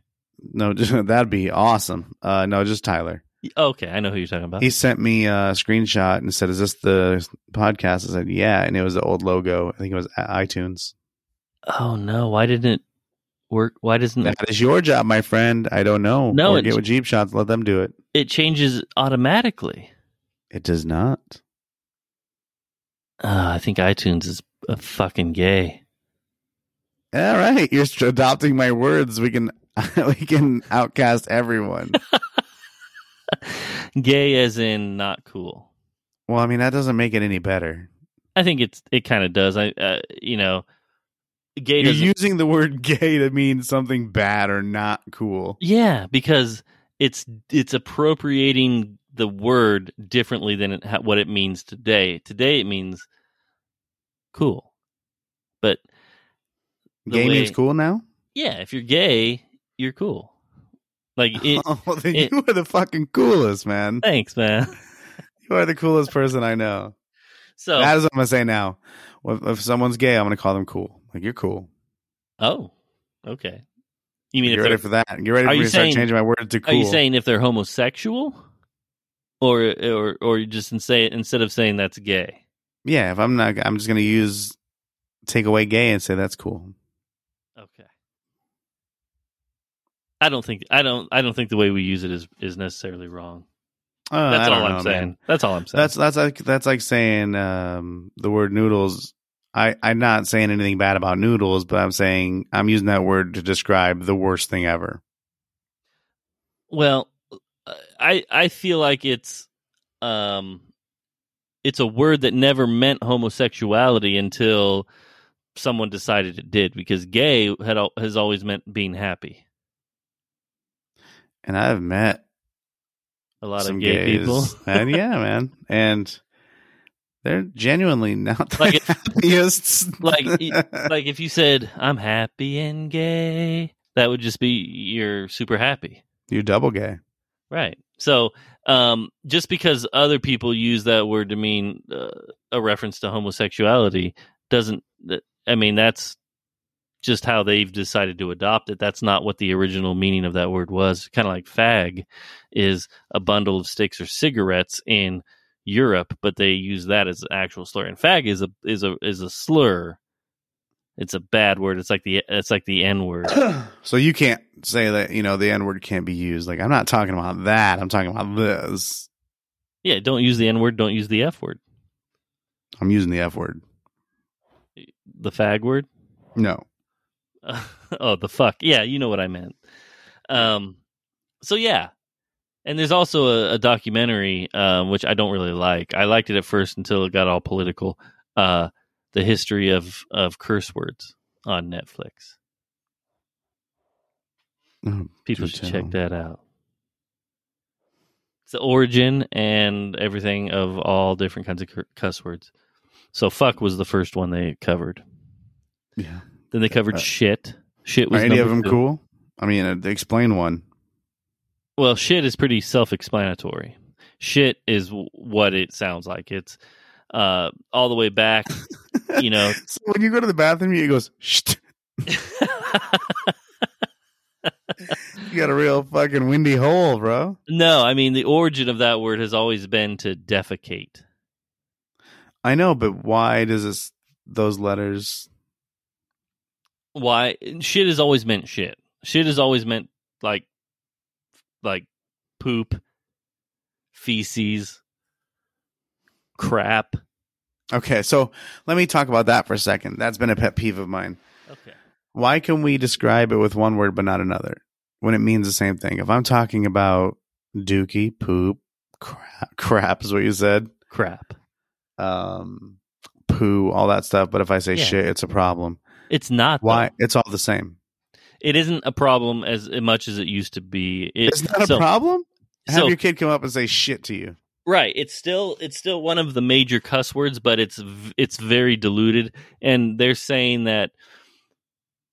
Speaker 5: No, just, that'd be awesome. Uh No, just Tyler.
Speaker 4: Okay, I know who you're talking about.
Speaker 5: He sent me a screenshot and said, "Is this the podcast?" I said, "Yeah," and it was the old logo. I think it was i- iTunes.
Speaker 4: oh no, why didn't it work? Why doesn't it,
Speaker 5: That is your job, my friend. I don't know.
Speaker 4: No,
Speaker 5: or
Speaker 4: it-
Speaker 5: get with Jeep Shots. Let them do it.
Speaker 4: it changes automatically?
Speaker 5: It does not.
Speaker 4: Uh, I think iTunes is a fucking gay.
Speaker 5: All right, you're st- adopting my words. We can we can outcast everyone.
Speaker 4: gay as in not cool.
Speaker 5: well, I mean that doesn't make it any better.
Speaker 4: I think it's it kind of does. I uh, you know, gay
Speaker 5: You're
Speaker 4: doesn't.
Speaker 5: using the word gay to mean something bad or not cool.
Speaker 4: yeah, because it's it's appropriating the word differently than it, ha- what it means today. Today it means cool, but the
Speaker 5: Gay
Speaker 4: way-
Speaker 5: means cool now.
Speaker 4: Yeah, if you're gay, you're cool. Like, it,
Speaker 5: oh, well, then
Speaker 4: it-
Speaker 5: you are the fucking coolest man.
Speaker 4: thanks, man.
Speaker 5: You are the coolest person I know.
Speaker 4: So
Speaker 5: That is what I'm gonna say now. If, if someone's gay, I'm gonna call them cool. Like you're cool.
Speaker 4: oh, okay. You mean
Speaker 5: Get
Speaker 4: if
Speaker 5: ready
Speaker 4: they're
Speaker 5: for that. Get ready
Speaker 4: Are
Speaker 5: for
Speaker 4: you
Speaker 5: me to start
Speaker 4: saying-
Speaker 5: changing my word to cool.
Speaker 4: Are you saying if they're homosexual, or or or you just in- say instead of saying that's gay?
Speaker 5: yeah, if I'm not, I'm just gonna use take away gay and say that's cool.
Speaker 4: Okay. I don't think I don't I don't think the way we use it is is necessarily wrong.
Speaker 5: Uh,
Speaker 4: That's
Speaker 5: I don't
Speaker 4: all I'm
Speaker 5: know,
Speaker 4: saying.
Speaker 5: man.
Speaker 4: That's all I'm saying.
Speaker 5: That's that's like that's like saying um, the word noodles. I I'm not saying anything bad about noodles, but I'm saying I'm using that word to describe the worst thing ever.
Speaker 4: well, uh, I I feel like it's um it's a word that never meant homosexuality until someone decided it did because gay had al- has always meant being happy.
Speaker 5: And I've met
Speaker 4: A lot
Speaker 5: some
Speaker 4: of gay
Speaker 5: gays.
Speaker 4: people.
Speaker 5: and yeah, man, and they're genuinely not the
Speaker 4: Like if-
Speaker 5: happiest.
Speaker 4: like it- like if you said I'm happy and gay, that would just be you're super happy,
Speaker 5: you're double gay.
Speaker 4: right? So, um, just because other people use that word to mean uh, a reference to homosexuality doesn't. th- I mean, that's just how they've decided to adopt it. That's not what the original meaning of that word was. Kind of like fag is a bundle of sticks or cigarettes in Europe, but they use that as an actual slur. And fag is a is a is a slur. It's a bad word. It's like the it's like the N word.
Speaker 5: so you can't say that you know the N word can't be used. Like I'm not talking about that. I'm talking about this.
Speaker 4: Yeah, don't use the N word. Don't use the F word.
Speaker 5: I'm using the F word.
Speaker 4: The fag word.
Speaker 5: No.
Speaker 4: oh, the fuck. Yeah, you know what I meant. Um, so yeah, and there's also a, a documentary um, which I don't really like. I liked it at first until it got all political. Uh, the history of of curse words on Netflix.
Speaker 5: Oh,
Speaker 4: People
Speaker 5: do
Speaker 4: should
Speaker 5: tell.
Speaker 4: check that out. It's the origin and everything of all different kinds of cur- cuss words. So fuck was the first one they covered.
Speaker 5: Yeah.
Speaker 4: Then they covered
Speaker 5: Uh,
Speaker 4: shit. Shit
Speaker 5: Are
Speaker 4: was
Speaker 5: any of
Speaker 4: number
Speaker 5: them
Speaker 4: two.
Speaker 5: cool? I mean, uh, explain one.
Speaker 4: Well, shit is pretty self-explanatory. Shit is w- what it sounds like. It's uh, all the way back, you know.
Speaker 5: So when you go to the bathroom, it goes. Shh. You got a real fucking windy hole, bro.
Speaker 4: no, I mean the origin of that word has always been to defecate.
Speaker 5: I know, but why does this, those letters?
Speaker 4: Why shit has always meant shit. Shit has always meant like like poop, feces, crap.
Speaker 5: Okay, so let me talk about that for a second. That's been a pet peeve of mine.
Speaker 4: Okay.
Speaker 5: why can we describe it with one word but not another when it means the same thing? If I'm talking about dookie, poop, crap, crap is what you said.
Speaker 4: Crap.
Speaker 5: um, poo, all that stuff. But if I say
Speaker 4: Yeah.
Speaker 5: shit, it's a problem.
Speaker 4: It's not. though.
Speaker 5: Why? It's all the same.
Speaker 4: It isn't a problem as much as it used to be. It-
Speaker 5: It's not a
Speaker 4: so-
Speaker 5: problem. Have
Speaker 4: so-
Speaker 5: your kid come up and say shit to you.
Speaker 4: Right. It's still it's still one of the major cuss words, but it's v- it's very diluted, and they're saying that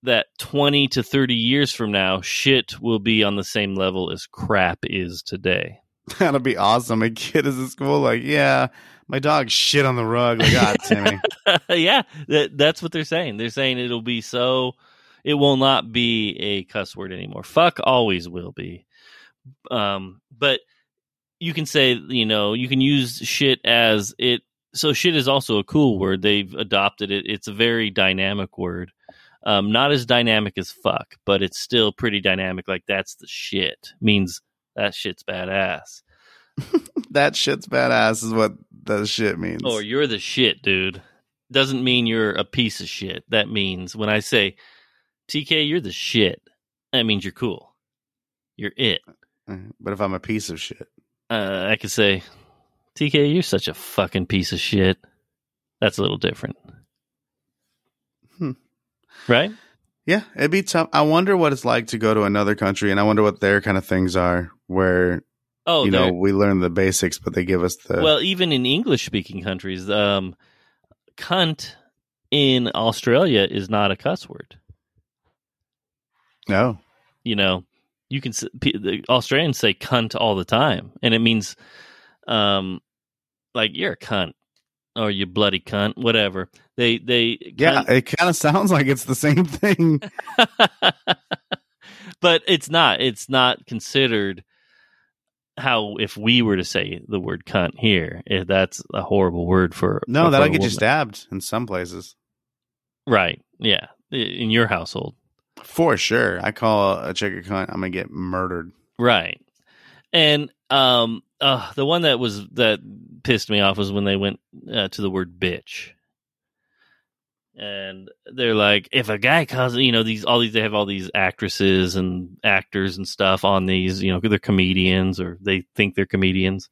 Speaker 4: that twenty to thirty years from now, shit will be on the same level as crap is today.
Speaker 5: That'll be awesome. A kid is at school, like, yeah, my dog shit on the rug. Like, God, Timmy.
Speaker 4: yeah, that, that's what they're saying. They're saying it'll be so. It will not be a cuss word anymore. Fuck always will be. Um, but you can say you know you can use shit as it. So shit is also a cool word. They've adopted it. It's a very dynamic word. Um, not as dynamic as fuck, but it's still pretty dynamic. Like that's the shit means that shit's badass,
Speaker 5: that shit's badass is what that shit means.
Speaker 4: or Oh, you're the shit, dude. Doesn't mean you're a piece of shit. That means when I say TK, you're the shit. That means you're cool. You're it.
Speaker 5: Uh, but if I'm a piece of shit,
Speaker 4: uh, I could say, TK, you're such a fucking piece of shit. That's a little different.
Speaker 5: Hmm.
Speaker 4: Right?
Speaker 5: yeah, it'd be tough. I wonder what it's like to go to another country, and I wonder what their kind of things are where
Speaker 4: Oh,
Speaker 5: you know
Speaker 4: there-
Speaker 5: we learn the basics, but they give us the
Speaker 4: well, even in English speaking countries, um, cunt in Australia is not a cuss word.
Speaker 5: no.
Speaker 4: You know, you can, s- pe- the Australians say cunt all the time, and it means, um, like you're a cunt or you bloody cunt, whatever. They, they,
Speaker 5: Yeah,
Speaker 4: cunt-
Speaker 5: it kind of sounds like it's the same thing.
Speaker 4: but it's not. It's not considered how if we were to say the word cunt here, eh, that's a horrible word for
Speaker 5: No,
Speaker 4: for
Speaker 5: that'll
Speaker 4: a
Speaker 5: get you
Speaker 4: woman.
Speaker 5: stabbed in some places
Speaker 4: Right? Yeah, i- in your household,
Speaker 5: for sure. I call a chick a cunt, I'm gonna get murdered.
Speaker 4: right? And um, uh, the one that was that pissed me off was when they went uh, to the word bitch. And they're like, if a guy calls, you know, these all these they have all these actresses and actors and stuff on these, you know, they're comedians or they think they're comedians.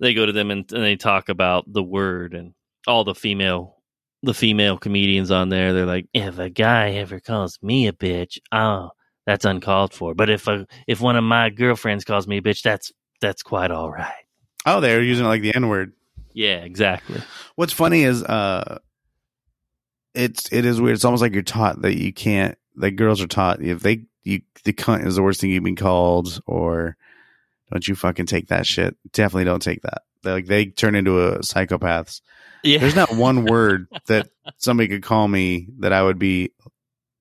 Speaker 4: They go to them and, and they talk about the word and all the female the female comedians on there. They're like, if a guy ever calls me a bitch, oh, that's uncalled for. But if a if one of my girlfriends calls me a bitch, that's that's quite all right.
Speaker 5: Oh, they're using it like the N word.
Speaker 4: Yeah, exactly.
Speaker 5: What's funny is uh it's it is weird. It's almost like you're taught that you can't that girls are taught if they you the cunt is the worst thing you've been called or don't you fucking take that shit. Definitely don't take that. They like they turn into a psychopaths.
Speaker 4: Yeah.
Speaker 5: There's not one word that somebody could call me that I would be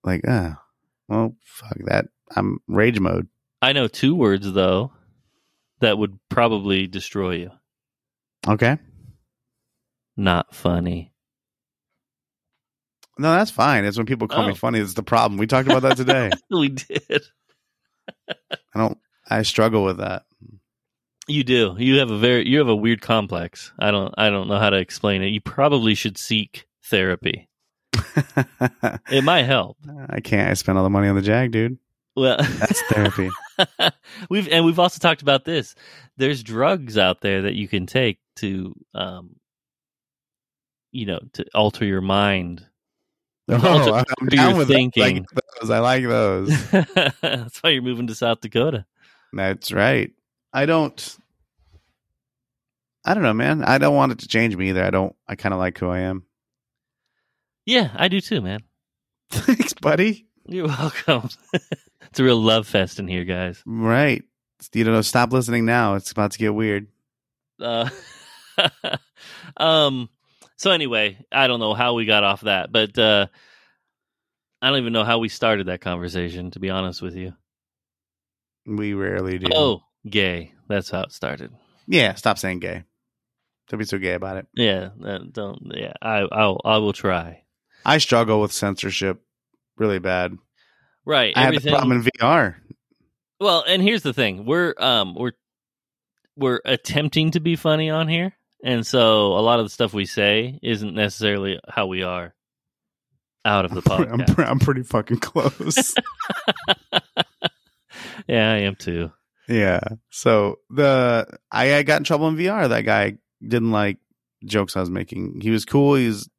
Speaker 5: like, ah, well, fuck that. I'm rage mode.
Speaker 4: I know two words though that would probably destroy you.
Speaker 5: Okay.
Speaker 4: Not funny.
Speaker 5: No, that's fine. It's when people call me
Speaker 4: Oh.
Speaker 5: funny. It's the problem. We talked about that today.
Speaker 4: We did.
Speaker 5: I don't. I struggle with that.
Speaker 4: You do. You have a very you have a weird complex. I don't I don't know how to explain it. You probably should seek therapy. It might help.
Speaker 5: I can't. I spent all the money on the jag, dude.
Speaker 4: Well,
Speaker 5: That's therapy.
Speaker 4: we've and we've also talked about this. There's drugs out there that you can take to um you know, to alter your mind
Speaker 5: No,
Speaker 4: Also,
Speaker 5: I'm
Speaker 4: for your
Speaker 5: down with those. I
Speaker 4: thinking.
Speaker 5: like those. I like those.
Speaker 4: That's why you're moving to South Dakota.
Speaker 5: That's right. I don't. I don't know, man. I don't want it to change me either. I don't. I kind of like who I am.
Speaker 4: Yeah, I do too, man.
Speaker 5: Thanks, buddy.
Speaker 4: You're welcome. it's a real love fest in here, guys.
Speaker 5: Right. You don't know. Stop listening now. It's about to get weird.
Speaker 4: Uh, um. So anyway, I don't know how we got off that, but uh, I don't even know how we started that conversation. To be honest with you.
Speaker 5: We rarely do.
Speaker 4: Oh, gay. That's how it started.
Speaker 5: yeah. Stop saying gay. Don't be so gay about it.
Speaker 4: Yeah. uh, Don't. Yeah. I. I'll. I will try.
Speaker 5: I struggle with censorship really bad.
Speaker 4: Right.
Speaker 5: I had the problem in VR.
Speaker 4: Well, and here's the thing: we're um we're we're attempting to be funny on here, and so a lot of the stuff we say isn't necessarily how we are out of the
Speaker 5: I'm,
Speaker 4: podcast.
Speaker 5: pre- I'm pretty fucking close.
Speaker 4: yeah, I am too.
Speaker 5: Yeah. So the I, I got in trouble in VR. That guy didn't like jokes I was making. He was cool. He was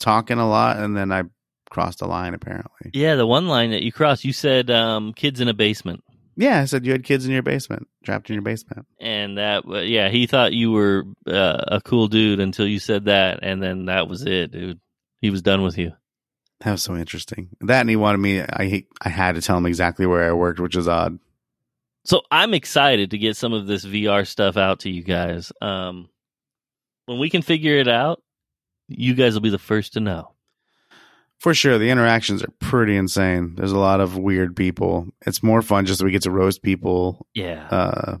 Speaker 5: talking a lot, and then I crossed a line. Apparently,
Speaker 4: Yeah, the one line that you crossed, you said um, kids in a basement.
Speaker 5: yeah. I said you had kids in your basement, trapped in your basement.
Speaker 4: And that, uh, yeah, he thought you were uh, a cool dude until you said that. And then that was it, dude. He was done with you.
Speaker 5: That was so interesting. That and he wanted me. I I had to tell him exactly where I worked, which is odd.
Speaker 4: So I'm excited to get some of this VR stuff out to you guys. Um, when we can figure it out, you guys will be the first to know.
Speaker 5: For sure, the interactions are pretty insane. There's a lot of weird people. It's more fun just so we get to roast people,
Speaker 4: Yeah.
Speaker 5: uh,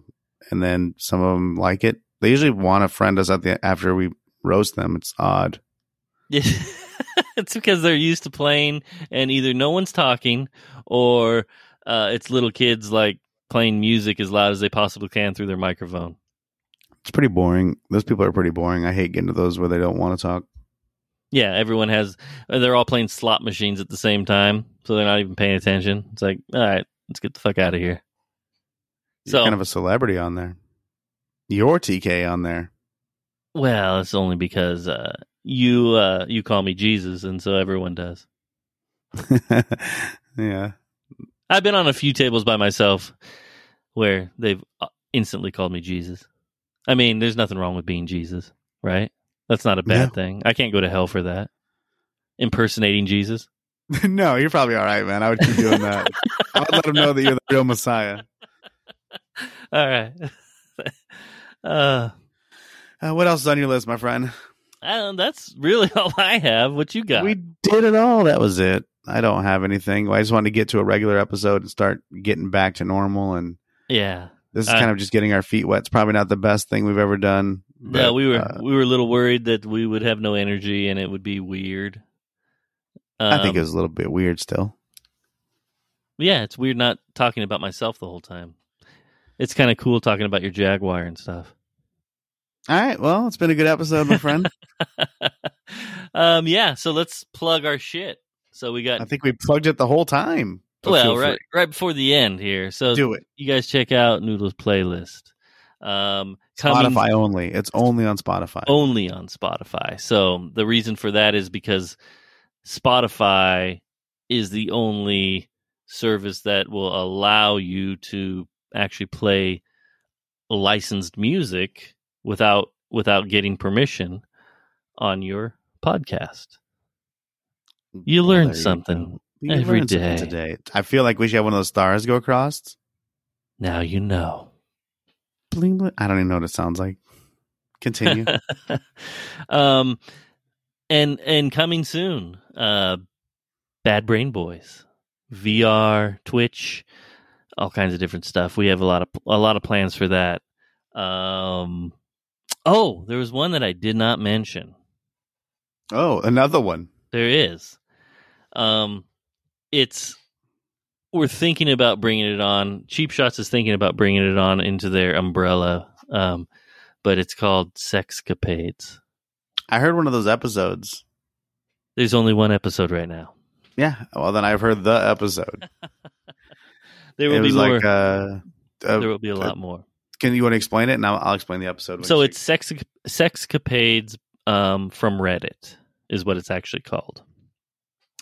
Speaker 5: and then some of them like it. They usually want to friend us at the after we roast them. It's odd.
Speaker 4: Yeah. it's because they're used to playing, and either no one's talking, or uh, it's little kids like playing music as loud as they possibly can through their microphone.
Speaker 5: It's pretty boring. Those people are pretty boring. I hate getting to those where they don't want to talk.
Speaker 4: Yeah, everyone has. uh, They're all playing slot machines at the same time, so they're not even paying attention. It's like, all right, let's get the fuck out of here.
Speaker 5: You're
Speaker 4: So,
Speaker 5: kind of a celebrity on there. Your TK on there.
Speaker 4: well, it's only because uh, you uh, you call me Jesus, and so everyone does.
Speaker 5: yeah.
Speaker 4: I've been on a few tables by myself where they've uh, instantly called me Jesus. I mean, there's nothing wrong with being Jesus, right? That's not a bad thing. I can't go to hell for that. Impersonating Jesus.
Speaker 5: no, you're probably all right, man. I would keep doing that. I would let them know that you're the real Messiah.
Speaker 4: All right. uh,
Speaker 5: Uh, what else is on your list, my friend?
Speaker 4: I don't, uh, that's really all I have. What you got?
Speaker 5: We did it all. That was it. I don't have anything. I just wanted to get to a regular episode and start getting back to normal. And
Speaker 4: yeah.
Speaker 5: this is
Speaker 4: Uh,
Speaker 5: kind of just getting our feet wet. It's probably not the best thing we've ever done.
Speaker 4: yeah,
Speaker 5: but,
Speaker 4: we were
Speaker 5: uh,
Speaker 4: we were a little worried that we would have no energy and it would be weird.
Speaker 5: I think
Speaker 4: Um,
Speaker 5: it was a little bit weird still.
Speaker 4: Yeah, it's weird not talking about myself the whole time. It's kind of cool talking about your Jaguar and stuff.
Speaker 5: All right. Well, it's been a good episode, my friend.
Speaker 4: um, yeah, so let's plug our shit. So we
Speaker 5: I
Speaker 4: got
Speaker 5: think we plugged it the whole time. but
Speaker 4: well
Speaker 5: feel
Speaker 4: right right before the end here. So
Speaker 5: free. Do it.
Speaker 4: you guys check out Noodles playlist. Um, coming
Speaker 5: Spotify only. It's only on Spotify.
Speaker 4: only on Spotify. So the reason for that is because Spotify is the only service that will allow you to actually play licensed music without without getting permission on your podcast. You learn
Speaker 5: There
Speaker 4: something
Speaker 5: go.
Speaker 4: every
Speaker 5: learn something
Speaker 4: day.
Speaker 5: today. I feel like we should have one of those stars go across.
Speaker 4: Now you know.
Speaker 5: Bling, bling. I don't even know what it sounds like. Continue.
Speaker 4: um and and coming soon uh bad brain boys vr twitch all kinds of different stuff we have a lot of a lot of plans for that um oh there was one that i did not mention
Speaker 5: oh, another one.
Speaker 4: there is um it's we're thinking about bringing it on cheap shots is thinking about bringing it on into their umbrella um but it's called sexcapades
Speaker 5: I heard one of those episodes.
Speaker 4: There's only one episode right now.
Speaker 5: Yeah. Well, then I've heard the episode.
Speaker 4: There
Speaker 5: It
Speaker 4: will be
Speaker 5: was
Speaker 4: more.
Speaker 5: like, uh, uh,
Speaker 4: there will be a lot more.
Speaker 5: can you want to explain it? And I'll, I'll explain the episode. when
Speaker 4: So
Speaker 5: you-
Speaker 4: it's sex sexcapades um, from Reddit is what it's actually called,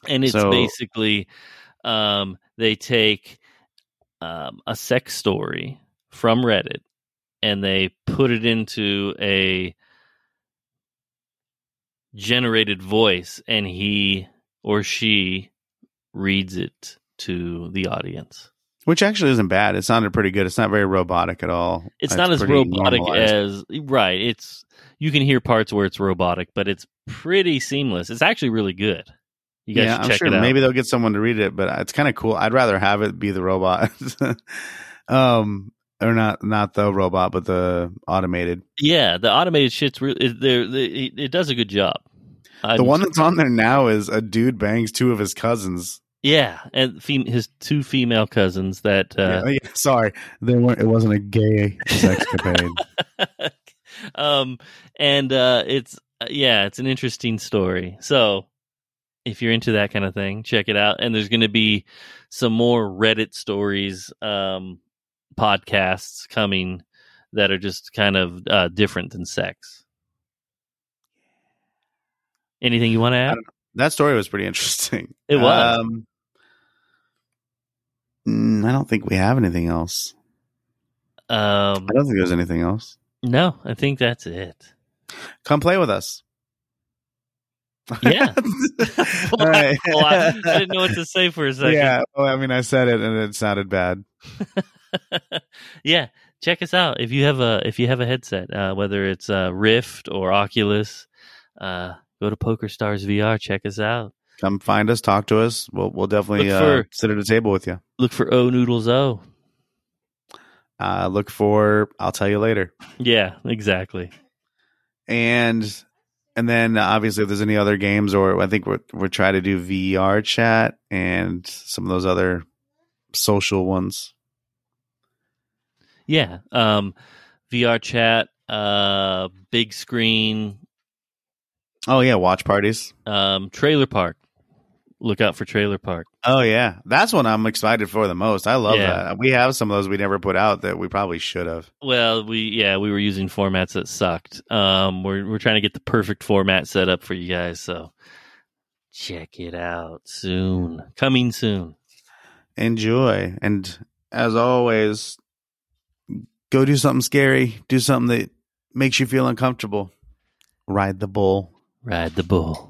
Speaker 4: and it's
Speaker 5: So-
Speaker 4: basically um, they take um, a sex story from Reddit and they put it into a generated voice, and he or she reads it to the audience.
Speaker 5: which actually isn't bad. It sounded pretty good. It's not very robotic at all.
Speaker 4: it's not as
Speaker 5: pretty
Speaker 4: robotic
Speaker 5: normalized.
Speaker 4: as right it's you can hear parts where it's robotic but it's pretty seamless it's actually really good you guys
Speaker 5: yeah,
Speaker 4: should
Speaker 5: I'm
Speaker 4: check
Speaker 5: sure
Speaker 4: it out
Speaker 5: maybe they'll get someone to read it, but it's kind of cool. I'd rather have it be the robot, um, or not not the robot, but the automated.
Speaker 4: yeah the automated shit's re- it, there the- it, it does a good job I'm-
Speaker 5: the one that's on there now is a dude bangs two of his cousins.
Speaker 4: yeah and fem- his two female cousins that uh,
Speaker 5: Yeah, oh, yeah, sorry, they weren't. It wasn't a gay sex campaign.
Speaker 4: um and uh it's uh, yeah it's an interesting story so if you're into that kind of thing check it out and there's going to be some more reddit stories um podcasts coming that are just kind of uh different than sex Anything you want to add?
Speaker 5: That story was pretty interesting.
Speaker 4: It was.
Speaker 5: Um, mm, I don't think we have anything else.
Speaker 4: Um,
Speaker 5: uh, I don't think there's anything else.
Speaker 4: no, I think that's it.
Speaker 5: Come play with us.
Speaker 4: Yeah.
Speaker 5: All right.
Speaker 4: Well, Oh, I, I didn't know what to say for a second.
Speaker 5: Yeah. Well, I mean, I said it and it sounded bad.
Speaker 4: yeah check us out if you have a if you have a headset uh, whether it's uh, rift or oculus uh, go to poker stars vr check us out
Speaker 5: Come find us. Talk to us. We'll, we'll definitely
Speaker 4: Look
Speaker 5: uh,
Speaker 4: for-
Speaker 5: sit at a table with you.
Speaker 4: look for o noodles o
Speaker 5: Uh, look for, I'll tell you later.
Speaker 4: yeah exactly
Speaker 5: and and then uh, obviously if there's any other games or I think we're we're trying to do VR chat and some of those other social ones.
Speaker 4: yeah um vr chat uh big screen
Speaker 5: Oh yeah, watch parties.
Speaker 4: um trailer park look out for trailer park
Speaker 5: Oh yeah, that's one I'm excited for the most. I love
Speaker 4: Yeah.
Speaker 5: that. We have some of those we never put out that we probably should have.
Speaker 4: well we yeah we were using formats that sucked um we're, we're trying to get the perfect format set up for you guys so check it out soon coming soon
Speaker 5: Enjoy and as always, go do something scary. Do something that makes you feel uncomfortable. Ride the bull.
Speaker 4: Ride the bull.